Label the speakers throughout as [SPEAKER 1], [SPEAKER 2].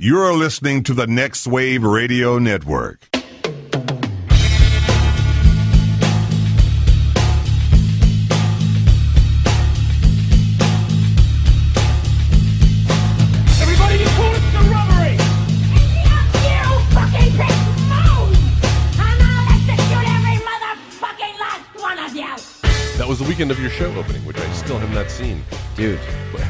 [SPEAKER 1] You're listening to the Next Wave Radio Network.
[SPEAKER 2] Everybody, you call it the robbery!
[SPEAKER 3] That was the weekend of your show opening, which I still have not seen.
[SPEAKER 4] dude.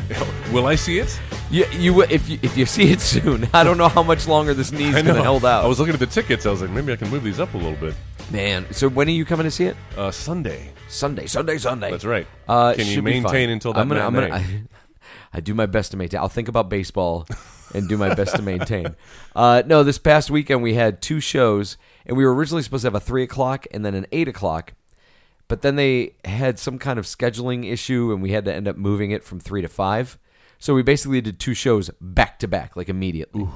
[SPEAKER 3] Will I see it?
[SPEAKER 4] You, you will- if you if you see it soon. I don't know how much longer this knee's
[SPEAKER 3] I
[SPEAKER 4] gonna hold out.
[SPEAKER 3] I was looking at the tickets. I was like, maybe I can move these up a little bit.
[SPEAKER 4] man. So when are you coming to see it?
[SPEAKER 3] Uh, Sunday.
[SPEAKER 4] Sunday, Sunday, Sunday.
[SPEAKER 3] That's right.
[SPEAKER 4] Uh, it
[SPEAKER 3] can you
[SPEAKER 4] should be
[SPEAKER 3] maintain
[SPEAKER 4] fine.
[SPEAKER 3] until that
[SPEAKER 4] I'm gonna, I'm gonna,
[SPEAKER 3] matinee?
[SPEAKER 4] I, I do my best to maintain. I'll think about baseball and do my best to maintain. Uh, no, this past weekend we had two shows, and we were originally supposed to have a three o'clock and then an eight o'clock, but then they had some kind of scheduling issue, and we had to end up moving it from three to five. So we basically did two shows back to back, like immediately.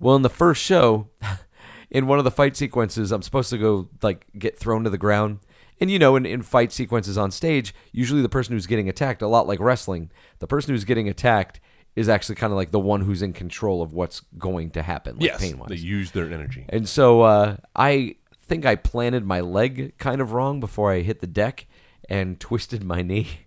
[SPEAKER 4] Well, in the first show, in one of the fight sequences, I'm supposed to go like get thrown to the ground. And you know, in, in fight sequences on stage, usually the person who's getting attacked, a lot like wrestling, the person who's getting attacked is actually kind of like the one who's in control of what's going to happen, like
[SPEAKER 3] yes,
[SPEAKER 4] pain wise.
[SPEAKER 3] they use their energy.
[SPEAKER 4] And so uh, I think I planted my leg kind of wrong before I hit the deck and twisted my knee.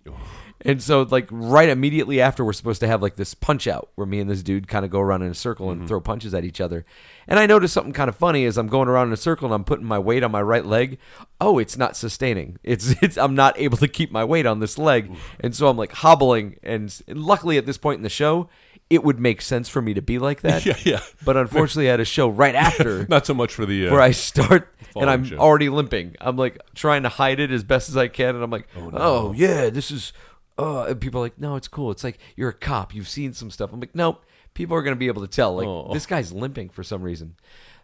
[SPEAKER 4] And so, like, right immediately after, we're supposed to have like this punch out where me and this dude kind of go around in a circle
[SPEAKER 3] Mm-hmm.
[SPEAKER 4] and throw punches at each other. And I noticed something kind of funny as I'm going around in a circle and I'm putting my weight on my right leg. Oh, it's not sustaining. It's, it's, I'm not able to keep my weight on this leg. And so I'm like hobbling. And s- luckily, at this point in the show, it would make sense for me to be like that.
[SPEAKER 3] Yeah, yeah.
[SPEAKER 4] But unfortunately, I had a show right after
[SPEAKER 3] Not so much for the. Uh,
[SPEAKER 4] where I start
[SPEAKER 3] Falling
[SPEAKER 4] and I'm
[SPEAKER 3] show.
[SPEAKER 4] already limping. I'm like trying to hide it as best as I can, and I'm like, oh, yeah, this is. Uh, and people are like, no, it's cool. It's like you're a cop. You've seen some stuff. I'm like, nope. People are gonna be able to tell. Like
[SPEAKER 3] Oh.
[SPEAKER 4] this guy's limping for some reason.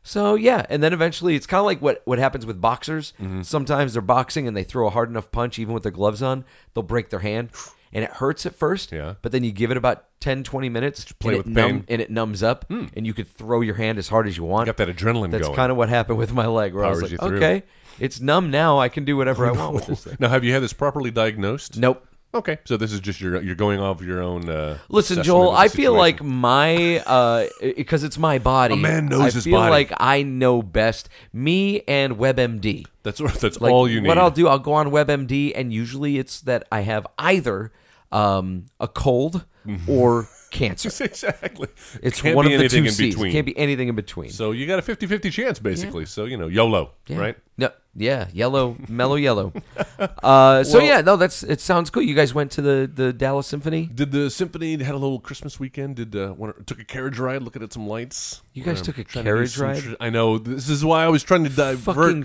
[SPEAKER 4] So yeah, and then eventually it's kind of like what what happens with boxers.
[SPEAKER 3] Mm-hmm.
[SPEAKER 4] Sometimes they're boxing and they throw a hard enough punch, even with their gloves on, they'll break their hand. And it hurts at first,
[SPEAKER 3] Yeah.
[SPEAKER 4] but then you give it about 10, 20 minutes,
[SPEAKER 3] play
[SPEAKER 4] and,
[SPEAKER 3] with
[SPEAKER 4] it
[SPEAKER 3] pain. Hmm.
[SPEAKER 4] numb- and it numbs up, and you could throw your hand as hard as you want.
[SPEAKER 3] Got that adrenaline
[SPEAKER 4] That's
[SPEAKER 3] going.
[SPEAKER 4] kind of what happened with my leg, where I
[SPEAKER 3] Powers
[SPEAKER 4] was
[SPEAKER 3] you
[SPEAKER 4] like,
[SPEAKER 3] through.
[SPEAKER 4] okay, it's numb now. I can do whatever I want with this thing.
[SPEAKER 3] Now, have you had this properly diagnosed?
[SPEAKER 4] Nope.
[SPEAKER 3] Okay, so this is just your you're going off your own. Uh,
[SPEAKER 4] Listen,
[SPEAKER 3] assessment
[SPEAKER 4] Joel,
[SPEAKER 3] of the
[SPEAKER 4] I feel
[SPEAKER 3] situation.
[SPEAKER 4] like my uh because it's my body.
[SPEAKER 3] A man knows
[SPEAKER 4] I
[SPEAKER 3] his
[SPEAKER 4] feel
[SPEAKER 3] body.
[SPEAKER 4] like I know best. Me and WebMD.
[SPEAKER 3] that's that's
[SPEAKER 4] Like,
[SPEAKER 3] all you need.
[SPEAKER 4] What I'll do, I'll go on WebMD, and usually it's that I have either um a cold or cancer.
[SPEAKER 3] exactly.
[SPEAKER 4] It's
[SPEAKER 3] Mm-hmm. Can't
[SPEAKER 4] one
[SPEAKER 3] be
[SPEAKER 4] of the
[SPEAKER 3] anything
[SPEAKER 4] two
[SPEAKER 3] in
[SPEAKER 4] C's.
[SPEAKER 3] between.
[SPEAKER 4] It can't be anything in between.
[SPEAKER 3] So you got a 50-50 chance basically. So you know, YOLO, right?
[SPEAKER 4] No, yeah, yellow, mellow yellow. Uh, so yeah, no, that's it. Sounds cool. You guys went to the the Dallas Symphony.
[SPEAKER 3] Did the symphony had a little Christmas weekend? Did uh, one, took a carriage ride, looking at some lights.
[SPEAKER 4] You guys
[SPEAKER 3] Um,
[SPEAKER 4] took a
[SPEAKER 3] trying to do
[SPEAKER 4] carriage
[SPEAKER 3] some
[SPEAKER 4] ride?
[SPEAKER 3] tr- I know this is why I was trying to divert
[SPEAKER 4] Fucking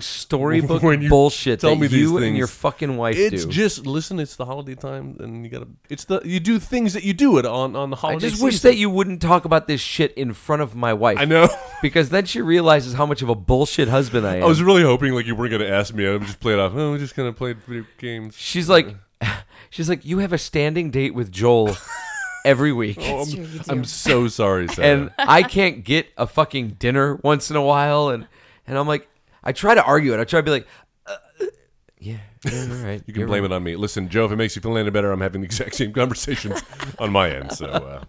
[SPEAKER 4] storybook
[SPEAKER 3] when you
[SPEAKER 4] bullshit
[SPEAKER 3] Tell
[SPEAKER 4] that
[SPEAKER 3] me these
[SPEAKER 4] you and
[SPEAKER 3] things.
[SPEAKER 4] your fucking wife
[SPEAKER 3] It's
[SPEAKER 4] do.
[SPEAKER 3] just listen. It's the holiday time, and you gotta. It's the you do things that you do it on on the
[SPEAKER 4] I
[SPEAKER 3] holiday.
[SPEAKER 4] just wish
[SPEAKER 3] season.
[SPEAKER 4] that you wouldn't talk about this shit in front of my wife.
[SPEAKER 3] I know.
[SPEAKER 4] because then she realizes how much of a bullshit husband I am.
[SPEAKER 3] I was really hoping like you weren't gonna ask me. I would just play it off. Oh, we're just gonna play video games.
[SPEAKER 4] she's like, she's like, you have a standing date with Joel every week.
[SPEAKER 3] Oh, I'm so sorry, Sarah.
[SPEAKER 4] and I can't get a fucking dinner once in a while, and and I'm like, I try to argue it. I try to be like, uh, yeah, yeah, you're right.
[SPEAKER 3] you can blame it on me. Listen, Joe, if it makes you feel any better, I'm having the exact same conversations on my end. So uh,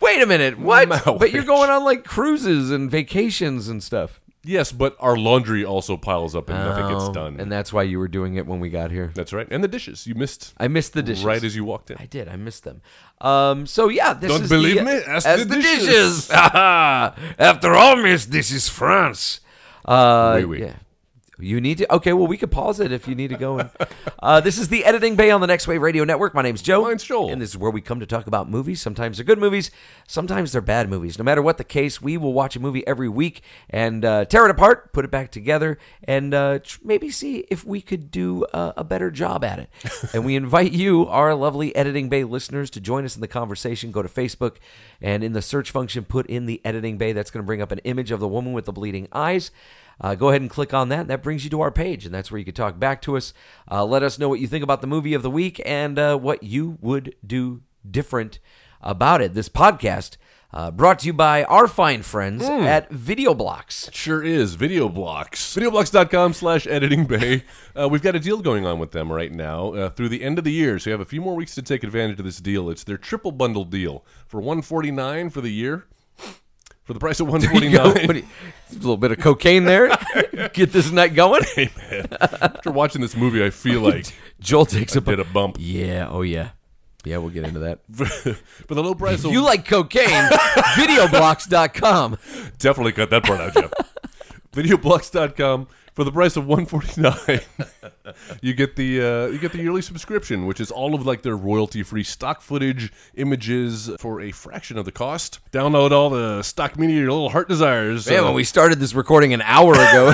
[SPEAKER 4] Wait a minute, what?
[SPEAKER 3] Mouth.
[SPEAKER 4] But you're going on like cruises and vacations and stuff.
[SPEAKER 3] yes, but our laundry also piles up and nothing gets
[SPEAKER 4] Oh,
[SPEAKER 3] done.
[SPEAKER 4] and that's why you were doing it when we got here.
[SPEAKER 3] That's right. And the dishes you missed.
[SPEAKER 4] I missed the dishes.
[SPEAKER 3] Right as you walked in.
[SPEAKER 4] I did. I missed them. Um. So yeah, this
[SPEAKER 3] Don't
[SPEAKER 4] is
[SPEAKER 3] believe
[SPEAKER 4] the,
[SPEAKER 3] me? Ask
[SPEAKER 4] as
[SPEAKER 3] the
[SPEAKER 4] dishes.
[SPEAKER 3] dishes.
[SPEAKER 4] After all, miss, this is France. Uh,
[SPEAKER 3] Oui, oui.
[SPEAKER 4] Yeah. You need to. Okay. Well, we could pause it if you need to go. And, uh, this is the editing bay on the Next Wave Radio Network. My name's Joe.
[SPEAKER 3] Mine's Joel.
[SPEAKER 4] And this is where we come to talk about movies. Sometimes they're good movies. Sometimes they're bad movies. No matter what the case, we will watch a movie every week and uh, tear it apart, put it back together, and uh, tr- maybe see if we could do uh, a better job at it. and we invite you, our lovely Editing Bay listeners, to join us in the conversation. Go to Facebook and in the search function, put in the Editing Bay. That's going to bring up an image of the woman with the bleeding eyes. Uh, go ahead and click on that. That brings you to our page, and that's where you can talk back to us. Uh, let us know what you think about the movie of the week and uh, what you would do different about it. This podcast uh, brought to you by our fine friends
[SPEAKER 3] Hmm.
[SPEAKER 4] at Video Blocks.
[SPEAKER 3] Sure is. Video Blocks. Videoblocks.com slash editing bay. Uh, we've got a deal going on with them right now uh, through the end of the year. So you have a few more weeks to take advantage of this deal. It's their triple bundle deal for 149 for the year. for the price of one
[SPEAKER 4] There
[SPEAKER 3] forty
[SPEAKER 4] you go.
[SPEAKER 3] nine.
[SPEAKER 4] What do you- a little bit of cocaine there. Get this night going.
[SPEAKER 3] After watching this movie, I feel like
[SPEAKER 4] Joel takes a
[SPEAKER 3] did a bump.
[SPEAKER 4] Yeah. Oh yeah. Yeah. We'll get into that.
[SPEAKER 3] for the low price of
[SPEAKER 4] You like cocaine? Videoblocks.com.
[SPEAKER 3] Definitely cut that part out, Jeff. Videoblocks.com for the price of 149 you get the uh, you get the yearly subscription which is all of like their royalty free stock footage images for a fraction of the cost download all the stock media your little heart desires
[SPEAKER 4] Man,
[SPEAKER 3] Uh,
[SPEAKER 4] when we started this recording an hour ago,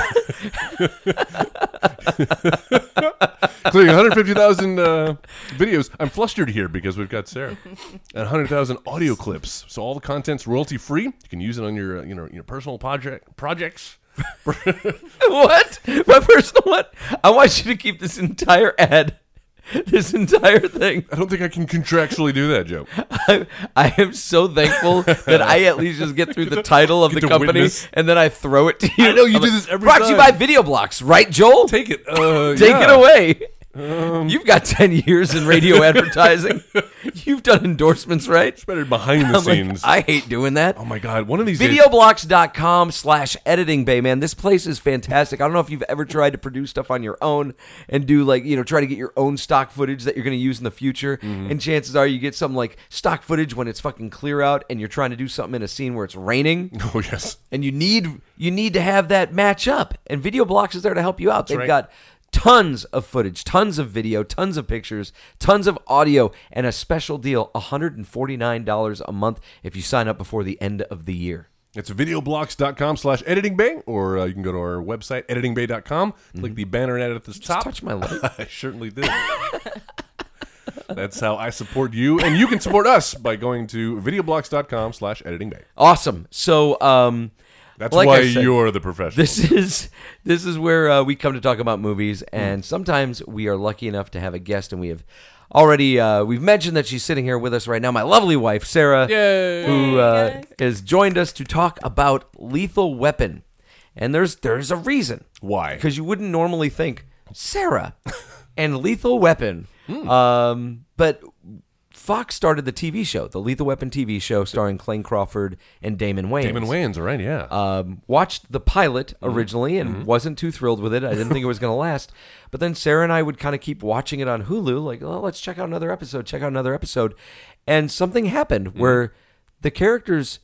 [SPEAKER 3] including 150,000 uh, videos i'm flustered here because we've got sarah and 100,000 audio clips so all the content's royalty free you can use it on your uh, you know your personal project projects
[SPEAKER 4] what? My personal one. I want you to keep this entire ad, this entire thing.
[SPEAKER 3] i don't think i can contractually do that joe
[SPEAKER 4] I, I am so thankful that I at least just get through the title of
[SPEAKER 3] Get
[SPEAKER 4] the
[SPEAKER 3] to
[SPEAKER 4] company
[SPEAKER 3] witness.
[SPEAKER 4] and then I throw it to you.
[SPEAKER 3] I know, you
[SPEAKER 4] I'm
[SPEAKER 3] do this every
[SPEAKER 4] Brought to you by
[SPEAKER 3] time."
[SPEAKER 4] Video Blocks, right, Joel?
[SPEAKER 3] take it uh,
[SPEAKER 4] Take
[SPEAKER 3] yeah. Um,
[SPEAKER 4] it away. You've got ten years in radio advertising. You've done endorsements, right?
[SPEAKER 3] better behind the
[SPEAKER 4] I'm like,
[SPEAKER 3] scenes.
[SPEAKER 4] I hate doing that.
[SPEAKER 3] oh my god, one of these days.
[SPEAKER 4] Videoblocks.com slash editing bay, man. This place is fantastic. I don't know if you've ever tried to produce stuff on your own and do like, you know, try to get your own stock footage that you're going to use in the future. And chances are you get some like stock footage when it's fucking clear out and you're trying to do something in a scene where it's raining
[SPEAKER 3] Oh yes,
[SPEAKER 4] and you need you need to have that match up. And Video Blocks is there to help you out. They've
[SPEAKER 3] right.
[SPEAKER 4] got tons of footage, tons of video, tons of pictures, tons of audio, and a special deal, $149 a month if you sign up before the end of the year.
[SPEAKER 3] it's videoblocks.com slash editing bay, or uh, you can go to our website editingbay.com. Click the banner ad at the top.
[SPEAKER 4] Mm-hmm. touch my leg.
[SPEAKER 3] I certainly did. That's how I support you, and you can support us by going to videoblocks.com slash editing bay.
[SPEAKER 4] Awesome. So, um,
[SPEAKER 3] That's
[SPEAKER 4] like
[SPEAKER 3] why
[SPEAKER 4] I said,
[SPEAKER 3] you're the professional.
[SPEAKER 4] This is this is where uh, we come to talk about movies,
[SPEAKER 3] Hmm.
[SPEAKER 4] and sometimes we are lucky enough to have a guest, and we have already uh, we've mentioned that she's sitting here with us right now, my lovely wife Sarah, who uh, has joined us to talk about Lethal Weapon, and there's there's a reason
[SPEAKER 3] Why?
[SPEAKER 4] because you wouldn't normally think Sarah and Lethal Weapon,
[SPEAKER 3] Hmm.
[SPEAKER 4] um, but. Fox started the TV show, the Lethal Weapon TV show, starring Clayne Crawford and Damon Wayans
[SPEAKER 3] Damon Wayans, all right, yeah.
[SPEAKER 4] um, watched the pilot originally and wasn't too thrilled with it. I didn't think it was going to last. But then Sarah and I would kind of keep watching it on Hulu, like, oh, let's check out another episode, check out another episode. And something happened where the characters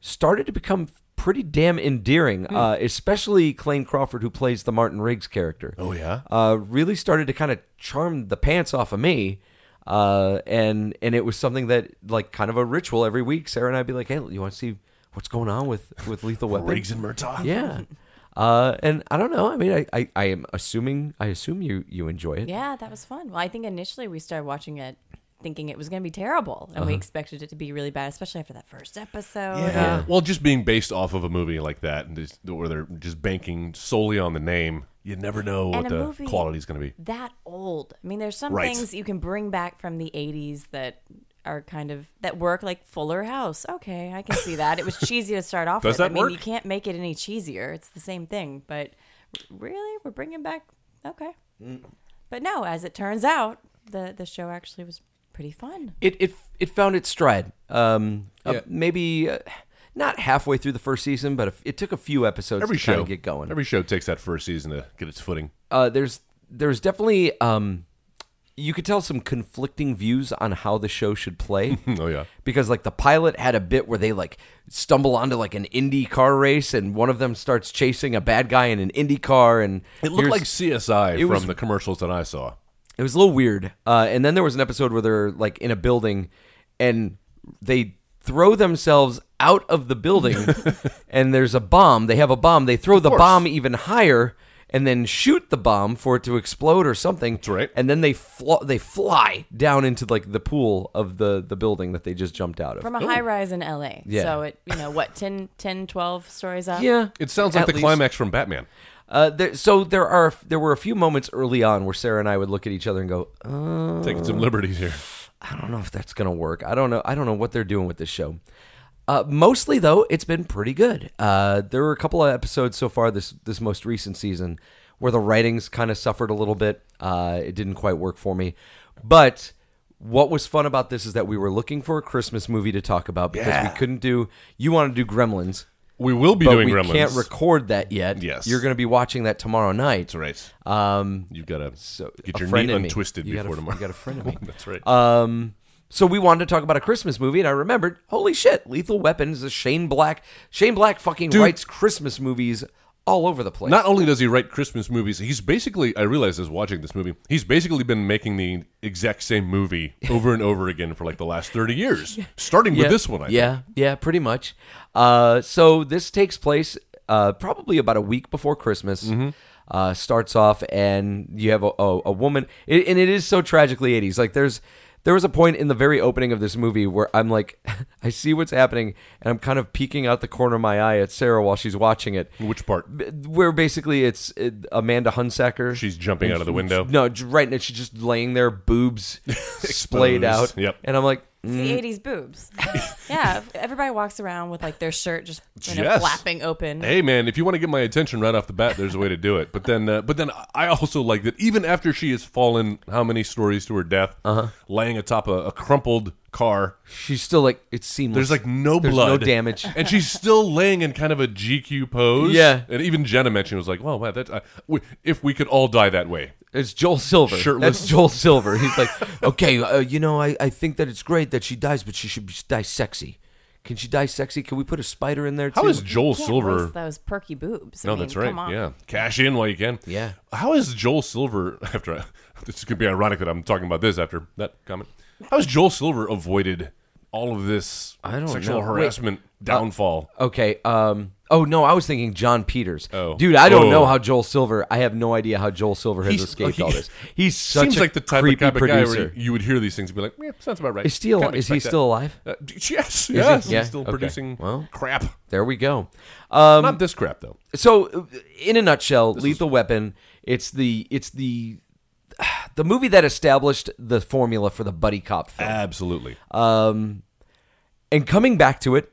[SPEAKER 4] started to become pretty damn endearing, uh, especially Clayne Crawford, who plays the Martin Riggs character.
[SPEAKER 3] oh yeah.
[SPEAKER 4] Uh, really started to kind of charm the pants off of me. Uh, and and it was something that like kind of a ritual every week. Sarah and I'd be like, "Hey, you want to see what's going on with with Lethal Weapon?"
[SPEAKER 3] Riggs and Murtaugh.
[SPEAKER 4] Yeah. Uh, and I don't know. I mean, I, I, I am assuming I assume you you enjoy it.
[SPEAKER 5] Yeah, that was fun. Well, I think initially we started watching it thinking it was going to be terrible, and we expected it to be really bad, especially after that first episode.
[SPEAKER 3] Uh-huh. Yeah. Well, just being based off of a movie like that, and just, or they're just banking solely on the name, you never know
[SPEAKER 5] And
[SPEAKER 3] what
[SPEAKER 5] a
[SPEAKER 3] the
[SPEAKER 5] movie-
[SPEAKER 3] quality's going to be.
[SPEAKER 5] That old. I mean, there's some
[SPEAKER 3] Right.
[SPEAKER 5] things you can bring back from the 80s that are kind of that work like Fuller House. Okay, I can see that. It was cheesy to start off
[SPEAKER 3] Does
[SPEAKER 5] with.
[SPEAKER 3] that
[SPEAKER 5] I mean,
[SPEAKER 3] work?
[SPEAKER 5] you can't make it any cheesier. It's the same thing, but really we're bringing back okay.
[SPEAKER 3] Mm.
[SPEAKER 5] But no, as it turns out, the the show actually was pretty fun.
[SPEAKER 4] It it it found its stride. Um, uh,
[SPEAKER 3] Yeah.
[SPEAKER 4] maybe uh, not halfway through the first season, but a f it took a few episodes
[SPEAKER 3] every
[SPEAKER 4] to
[SPEAKER 3] show
[SPEAKER 4] kind of get going.
[SPEAKER 3] Every show takes that first season to get its footing.
[SPEAKER 4] uh, there's there's definitely um, you could tell some conflicting views on how the show should play.
[SPEAKER 3] Oh yeah,
[SPEAKER 4] because like the pilot had a bit where they like stumble onto like an Indy car race and one of them starts chasing a bad guy in an Indy car and
[SPEAKER 3] it looked
[SPEAKER 4] here's-
[SPEAKER 3] like CSI from
[SPEAKER 4] was-
[SPEAKER 3] the commercials that I saw.
[SPEAKER 4] It was a little weird. Uh, and then there was an episode where they're like in a building and they throw themselves out of the building and there's a bomb. They have a bomb. They throw the bomb even higher and then shoot the bomb for it to explode or something. That's
[SPEAKER 3] right.
[SPEAKER 4] And then they fl- they fly down into like the pool of the the building that they just jumped out of. Oh,
[SPEAKER 3] Oh.
[SPEAKER 5] From a high rise in LA.
[SPEAKER 4] Yeah.
[SPEAKER 5] So it, you know, what 10 10 12 stories up.
[SPEAKER 4] yeah.
[SPEAKER 3] It sounds like
[SPEAKER 4] At
[SPEAKER 3] the
[SPEAKER 4] least.
[SPEAKER 3] climax from Batman.
[SPEAKER 4] Uh, there, so there are there were a few moments early on where Sarah and I would look at each other and go, uh,
[SPEAKER 3] Taking some liberties here.
[SPEAKER 4] I don't know if that's gonna work. I don't know. I don't know what they're doing with this show. Uh, mostly though, it's been pretty good. Uh, there were a couple of episodes so far this this most recent season where the writings kind of suffered a little bit. Uh, it didn't quite work for me, but What was fun about this is that we were looking for a Christmas movie to talk about because
[SPEAKER 3] Yeah.
[SPEAKER 4] we couldn't do. You want to do Gremlins,
[SPEAKER 3] We will be
[SPEAKER 4] but
[SPEAKER 3] doing
[SPEAKER 4] we
[SPEAKER 3] Gremlins.
[SPEAKER 4] can't record that yet.
[SPEAKER 3] Yes.
[SPEAKER 4] you're going to be watching that tomorrow night.
[SPEAKER 3] That's right.
[SPEAKER 4] Um,
[SPEAKER 3] You've got to
[SPEAKER 4] so
[SPEAKER 3] get
[SPEAKER 4] a
[SPEAKER 3] your
[SPEAKER 4] friend
[SPEAKER 3] knee
[SPEAKER 4] in me.
[SPEAKER 3] untwisted
[SPEAKER 4] You got a
[SPEAKER 3] before
[SPEAKER 4] fr-
[SPEAKER 3] tomorrow.
[SPEAKER 4] You got a friend in me.
[SPEAKER 3] That's right.
[SPEAKER 4] Um, so we wanted to talk about a Christmas movie, and I remembered, holy shit, Lethal Weapon is a Shane Black. Shane Black fucking writes Christmas movies all over the place.
[SPEAKER 3] Not only does he write Christmas movies, he's basically, I realized this watching this movie, he's basically been making the exact same movie over and over again for like the last 30 years, starting with this one, I think.
[SPEAKER 4] yeah, yeah, pretty much. Uh, so this takes place uh, probably about a week before Christmas.
[SPEAKER 3] Mm-hmm.
[SPEAKER 4] Uh, starts off, and you have a, a, a woman, it, and it is so tragically eighties. Like there's there was a point in the very opening of this movie where I'm like, I see what's happening, and I'm kind of peeking out the corner of my eye at Sarah while she's watching it.
[SPEAKER 3] Which part?
[SPEAKER 4] B- Where basically it's uh, Amanda Hunsacker.
[SPEAKER 3] She's jumping out of the window.
[SPEAKER 4] No, j- right now she's just laying there, boobs splayed out.
[SPEAKER 3] Exposed. Yep.
[SPEAKER 4] And I'm like,
[SPEAKER 5] It's
[SPEAKER 3] Mm-hmm.
[SPEAKER 5] the 80s boobs. yeah, everybody walks around with like their shirt just you know,
[SPEAKER 3] Yes.
[SPEAKER 5] flapping open.
[SPEAKER 3] Hey man, if you want to get my attention right off the bat, there's a way to do it. But then, uh, but then I also like that even after she has fallen, how many stories to her death,
[SPEAKER 4] Uh-huh.
[SPEAKER 3] laying atop a, a crumpled car,
[SPEAKER 4] she's still like, it's seamless.
[SPEAKER 3] there's like no
[SPEAKER 4] There's
[SPEAKER 3] blood,
[SPEAKER 4] no damage.
[SPEAKER 3] and she's still laying in kind of a GQ pose.
[SPEAKER 4] Yeah.
[SPEAKER 3] and even Jenna mentioned was like, "Well, wow, that uh, we, if we could all die that way."
[SPEAKER 4] It's Joel Silver.
[SPEAKER 3] Shirtless.
[SPEAKER 4] That's Joel Silver. He's like, okay, uh, you know, I, I think that it's great that she dies, but she should be, die sexy. Can she die sexy? Can we put a spider in there too?
[SPEAKER 3] How is Joel
[SPEAKER 5] Can't
[SPEAKER 3] Silver?
[SPEAKER 5] waste those perky boobs. I
[SPEAKER 3] No,
[SPEAKER 5] mean,
[SPEAKER 3] that's right.
[SPEAKER 5] Come on.
[SPEAKER 3] Yeah, cash in while you can.
[SPEAKER 4] Yeah.
[SPEAKER 3] How is Joel Silver after? I, this is gonna be ironic that I'm talking about this after that comment. How has Joel Silver avoided all of this
[SPEAKER 4] I don't
[SPEAKER 3] sexual
[SPEAKER 4] know. Wait. uh,
[SPEAKER 3] harassment downfall?
[SPEAKER 4] okay? Um. Oh no, I was thinking John Peters.
[SPEAKER 3] Oh.
[SPEAKER 4] dude, I don't
[SPEAKER 3] Oh.
[SPEAKER 4] know how Joel Silver. I have no idea how Joel Silver has
[SPEAKER 3] He's-
[SPEAKER 4] escaped
[SPEAKER 3] he-
[SPEAKER 4] all this. He's such
[SPEAKER 3] Seems
[SPEAKER 4] a
[SPEAKER 3] like the type of
[SPEAKER 4] creepy
[SPEAKER 3] type of guy
[SPEAKER 4] producer.
[SPEAKER 3] where you would hear these things and be like, eh, sounds about right.
[SPEAKER 4] Is Steele-
[SPEAKER 3] Kinda
[SPEAKER 4] is he
[SPEAKER 3] expect that.
[SPEAKER 4] still alive?
[SPEAKER 3] Uh, d- yes, yes.
[SPEAKER 4] Yeah,
[SPEAKER 3] He's still
[SPEAKER 4] okay.
[SPEAKER 3] producing
[SPEAKER 4] Well.
[SPEAKER 3] crap.
[SPEAKER 4] There we go. Um,
[SPEAKER 3] Not this crap though.
[SPEAKER 4] so uh, in a nutshell lethal weapon it's the it's the the movie that established the formula for the buddy cop film
[SPEAKER 3] Absolutely.
[SPEAKER 4] and coming back to it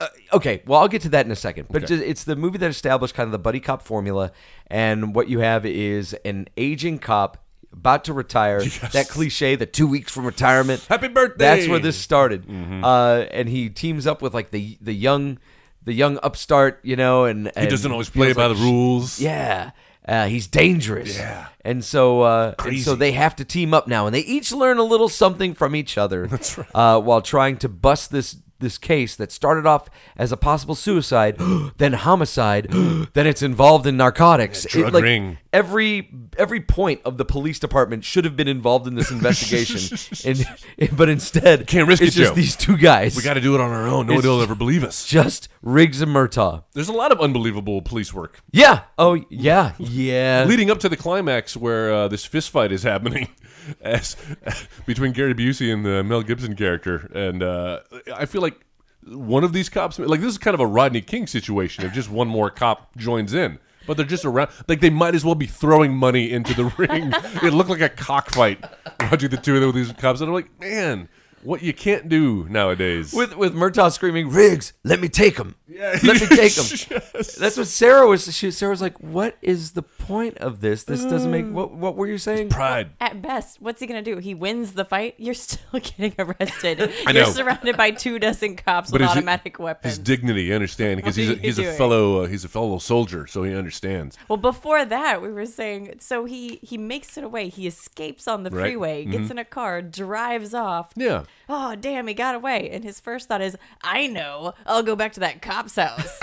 [SPEAKER 4] uh, okay well i'll get to that in a second but ju- it's the movie that established kind of the buddy cop formula and what you have is an aging cop about to retire that cliche the two weeks from retirement
[SPEAKER 3] Happy birthday! Mm-hmm.
[SPEAKER 4] that's where this started uh, and he teams up with like the the young the young upstart you know and,
[SPEAKER 3] he
[SPEAKER 4] and
[SPEAKER 3] doesn't always play
[SPEAKER 4] um, feels
[SPEAKER 3] by
[SPEAKER 4] like,
[SPEAKER 3] the rules.
[SPEAKER 4] yeah. Uh, he's dangerous.
[SPEAKER 3] Yeah.
[SPEAKER 4] And so uh, and
[SPEAKER 3] Crazy.
[SPEAKER 4] so they have to team up now and they each learn a little something from each other. That's right. Uh, while trying to bust this this case that started off as a possible suicide, then homicide, then it's involved in narcotics.
[SPEAKER 3] Yeah, drug
[SPEAKER 4] like,
[SPEAKER 3] ring.
[SPEAKER 4] Every every point of the police department should have been involved in this investigation. and but instead
[SPEAKER 3] Can't risk
[SPEAKER 4] it's
[SPEAKER 3] it,
[SPEAKER 4] just
[SPEAKER 3] Joe.
[SPEAKER 4] these two guys.
[SPEAKER 3] We got to do it on our own. No one
[SPEAKER 4] It's-
[SPEAKER 3] will ever believe us.
[SPEAKER 4] just Riggs and Murtaugh.
[SPEAKER 3] There's a lot of unbelievable police work
[SPEAKER 4] Yeah. Oh yeah. Yeah.
[SPEAKER 3] leading up to the climax where uh, this fist fight is happening as between Gary Busey and the Mel Gibson character and uh, I feel like one of these cops like this is kind of a Rodney King situation if just one more cop joins in but they're just around like they might as well be throwing money into the ring it looked like a cockfight watching the two of them with these cops and I'm like man what you can't do nowadays
[SPEAKER 4] with with Murtaugh screaming, "Riggs, let me take him! Let me take him!"
[SPEAKER 3] Yes.
[SPEAKER 4] That's what Sarah was. She Sarah was like, "What is the point of this? This doesn't
[SPEAKER 3] Uh.
[SPEAKER 4] make what what were you saying?"
[SPEAKER 3] pride
[SPEAKER 5] At best, what's he going to do? He wins the fight. You're still getting arrested.
[SPEAKER 3] know.
[SPEAKER 5] You're surrounded by two dozen cops with
[SPEAKER 3] his-
[SPEAKER 5] automatic weapons.
[SPEAKER 3] His dignity, you understand, because
[SPEAKER 5] What
[SPEAKER 3] he's
[SPEAKER 5] are
[SPEAKER 3] a,
[SPEAKER 5] you
[SPEAKER 3] he's a
[SPEAKER 5] doing?
[SPEAKER 3] fellow uh, he's a fellow soldier, so he understands.
[SPEAKER 5] Well, before that, we were saying so he he makes it away. He escapes on the
[SPEAKER 3] Right. Mm-hmm.
[SPEAKER 5] freeway, gets in a car, drives off.
[SPEAKER 3] Yeah,
[SPEAKER 5] Oh damn, he got away. And his first thought is, I know, I'll go back to that cop's house.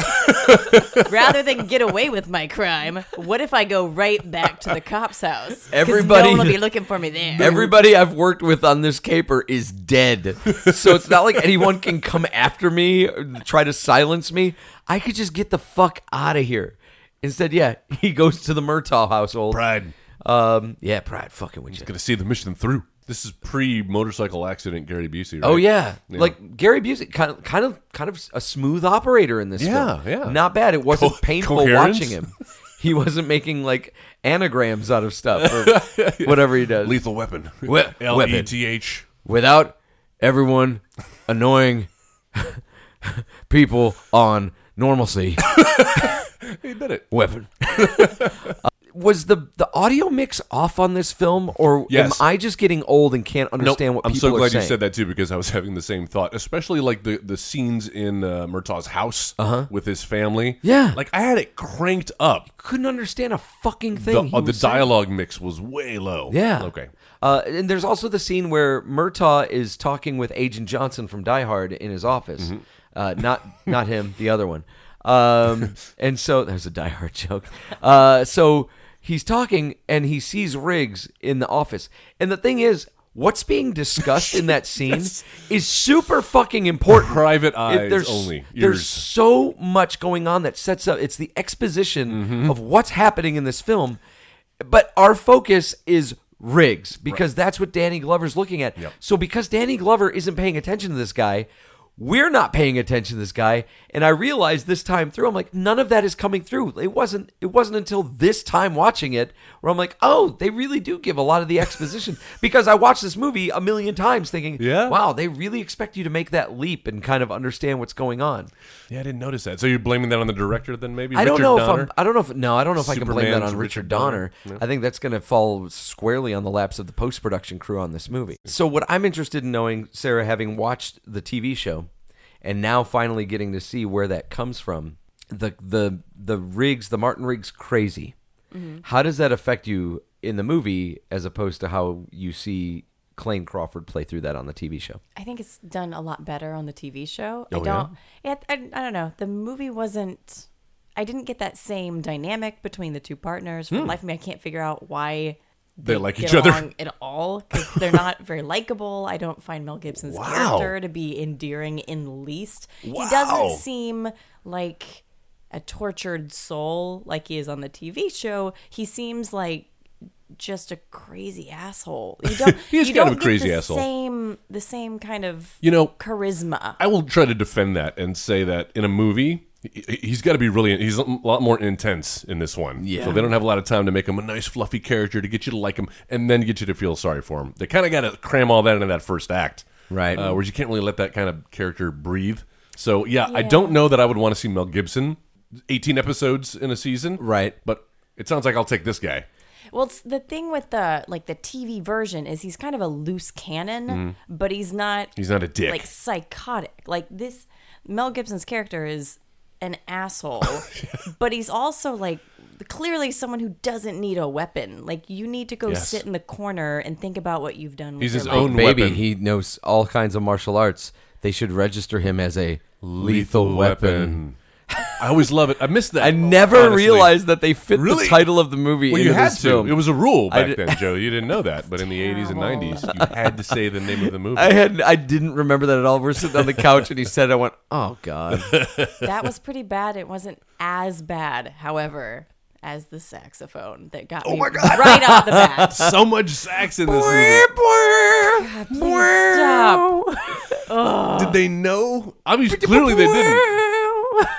[SPEAKER 5] Rather than get away with my crime, what if I go right back to the cop's house? 'Cause
[SPEAKER 4] Everybody-
[SPEAKER 5] no one will be looking for me there.
[SPEAKER 4] Everybody I've worked with on this caper is dead, so it's not like anyone can come after me or try to silence me. I could just get the fuck out of here. Instead, yeah, he goes to the Murtaugh household.
[SPEAKER 3] pride.
[SPEAKER 4] Um, yeah, pride. Fucking with you.
[SPEAKER 3] Gonna see the mission through. This is pre motorcycle accident Gary Busey. Right?
[SPEAKER 4] Oh yeah. like Gary Busey, kind of, kind of, kind of a smooth operator in this.
[SPEAKER 3] Yeah,
[SPEAKER 4] film.
[SPEAKER 3] yeah.
[SPEAKER 4] Not bad. It wasn't
[SPEAKER 3] Co-
[SPEAKER 4] painful
[SPEAKER 3] coherence?
[SPEAKER 4] watching him. He wasn't making like anagrams out of stuff or whatever he does.
[SPEAKER 3] lethal weapon.
[SPEAKER 4] We-
[SPEAKER 3] L E T H.
[SPEAKER 4] Without everyone annoying people on normalcy
[SPEAKER 3] He did it.
[SPEAKER 4] weapon. Uh, was the the audio mix off on this film, or
[SPEAKER 3] Yes.
[SPEAKER 4] am I just getting old and can't
[SPEAKER 3] Nope.
[SPEAKER 4] understand what
[SPEAKER 3] I'm
[SPEAKER 4] people
[SPEAKER 3] so glad
[SPEAKER 4] are saying?
[SPEAKER 3] you said that too because I was having the same thought, especially like the the scenes in uh, Murtaugh's house with his family.
[SPEAKER 4] Uh-huh. Yeah.
[SPEAKER 3] like I had it cranked up.
[SPEAKER 4] Couldn't understand a fucking thing.
[SPEAKER 3] The,
[SPEAKER 4] he
[SPEAKER 3] uh, the
[SPEAKER 4] was saying.
[SPEAKER 3] dialogue mix was way low.
[SPEAKER 4] Yeah.
[SPEAKER 3] Oh, Okay.
[SPEAKER 4] Uh, and there's also the scene where Murtaugh is talking with Agent Johnson from Die Hard in his office.
[SPEAKER 3] Mm-hmm.
[SPEAKER 4] Uh, not not him, the other one. Um, and so there's a Die Hard joke. Uh, so he's talking and he sees Riggs in the office. And the thing is, what's being discussed in that scene is super fucking important.
[SPEAKER 3] Private
[SPEAKER 4] It-
[SPEAKER 3] eyes
[SPEAKER 4] there's,
[SPEAKER 3] only.
[SPEAKER 4] There's
[SPEAKER 3] Ears.
[SPEAKER 4] so much going on that sets up. It's the exposition of what's happening in this film, but our focus is Riggs because that's what Danny Glover's looking at. So because Danny Glover isn't paying attention to this guy. We're not paying attention to this guy, and I realized this time through, I'm like, none of that is coming through. It wasn't. It wasn't until this time watching it where I'm like, oh, they really do give a lot of the exposition because I watched this movie a million times, thinking,
[SPEAKER 3] Yeah.
[SPEAKER 4] wow, they really expect you to make that leap and kind of understand what's going on.
[SPEAKER 3] Yeah, I didn't notice that. So you're blaming that on the director then? Maybe
[SPEAKER 4] I don't
[SPEAKER 3] Richard
[SPEAKER 4] know
[SPEAKER 3] Donner?
[SPEAKER 4] if I'm, I don't know if no, I don't know if I can blame that
[SPEAKER 3] Superman's
[SPEAKER 4] on Richard
[SPEAKER 3] Richard
[SPEAKER 4] Donner.
[SPEAKER 3] Donner.
[SPEAKER 4] I think that's going to fall squarely on the laps of the post production crew on this movie. So what I'm interested in knowing, Sarah, having watched the TV show, and now finally getting to see where that comes from, the the the Riggs, the Martin Riggs crazy. How does that affect you in the movie as opposed to how you see Clayne Crawford play through that on the TV show?
[SPEAKER 5] I think it's done a lot better on the TV show. I don't. It, I, I don't know. The movie wasn't. I didn't get that same dynamic between the two partners. For the life of me, I can't figure out why
[SPEAKER 3] They like
[SPEAKER 5] get
[SPEAKER 3] each other.
[SPEAKER 5] along at all. 'cause They're not very likable. I don't find Mel Gibson's
[SPEAKER 3] Wow.
[SPEAKER 5] character to be endearing in least. He
[SPEAKER 3] Wow.
[SPEAKER 5] doesn't seem like a tortured soul like he is on the TV show. He seems like just a crazy asshole. You don't.
[SPEAKER 3] He is
[SPEAKER 5] you
[SPEAKER 3] kind of
[SPEAKER 5] don't
[SPEAKER 3] a
[SPEAKER 5] get
[SPEAKER 3] crazy
[SPEAKER 5] the
[SPEAKER 3] asshole.
[SPEAKER 5] Same the same kind of
[SPEAKER 3] You know,
[SPEAKER 5] charisma.
[SPEAKER 3] I will try to defend that and say that in a movie, he- he's got to be really, he's a lot more intense in this one. Yeah. So they don't have a lot of time to make him a nice, fluffy character to get you to like him and then get you to feel sorry for him. They kind of got to cram all that into that first act.
[SPEAKER 4] Right.
[SPEAKER 3] Uh, whereas you can't really let that kind of character breathe. So, yeah, I don't know that I would want to see Mel Gibson 18 episodes in a season.
[SPEAKER 4] Right.
[SPEAKER 3] But it sounds like I'll take this guy.
[SPEAKER 5] Well, it's the thing with the like the TV version is he's kind of a loose cannon, but he's not
[SPEAKER 3] Mm-hmm. He's not a dick.
[SPEAKER 5] like psychotic. Like this Mel Gibson's character is an asshole, but he's also like clearly someone who doesn't need a weapon. Like you need to go
[SPEAKER 3] Yes.
[SPEAKER 5] sit in the corner and think about what you've done. With
[SPEAKER 3] He's
[SPEAKER 5] your
[SPEAKER 3] his
[SPEAKER 5] life.
[SPEAKER 3] own
[SPEAKER 4] baby,
[SPEAKER 3] weapon.
[SPEAKER 4] he knows all kinds of martial arts. They should register him as a lethal, weapon.
[SPEAKER 3] I always love it. I missed that.
[SPEAKER 4] I never
[SPEAKER 3] Oh, honestly.
[SPEAKER 4] realized that they fit
[SPEAKER 3] Really?
[SPEAKER 4] the title of the movie
[SPEAKER 3] Well,
[SPEAKER 4] into
[SPEAKER 3] you had
[SPEAKER 4] this
[SPEAKER 3] to.
[SPEAKER 4] film.
[SPEAKER 3] It was a rule
[SPEAKER 4] I
[SPEAKER 3] back
[SPEAKER 4] did-
[SPEAKER 3] then, Joe. You didn't know that, but in the '80s and '90s, you had to say the name of the movie.
[SPEAKER 4] I had I didn't remember that at all. We're sitting on the couch and he said, it, "I went, oh god."
[SPEAKER 5] that was pretty bad. It wasn't as bad, however, as the saxophone that got me
[SPEAKER 3] Oh my God.
[SPEAKER 5] right off the bat.
[SPEAKER 3] so much sax in this movie.
[SPEAKER 5] Please stop.
[SPEAKER 3] Did they know? Obviously, clearly they didn't.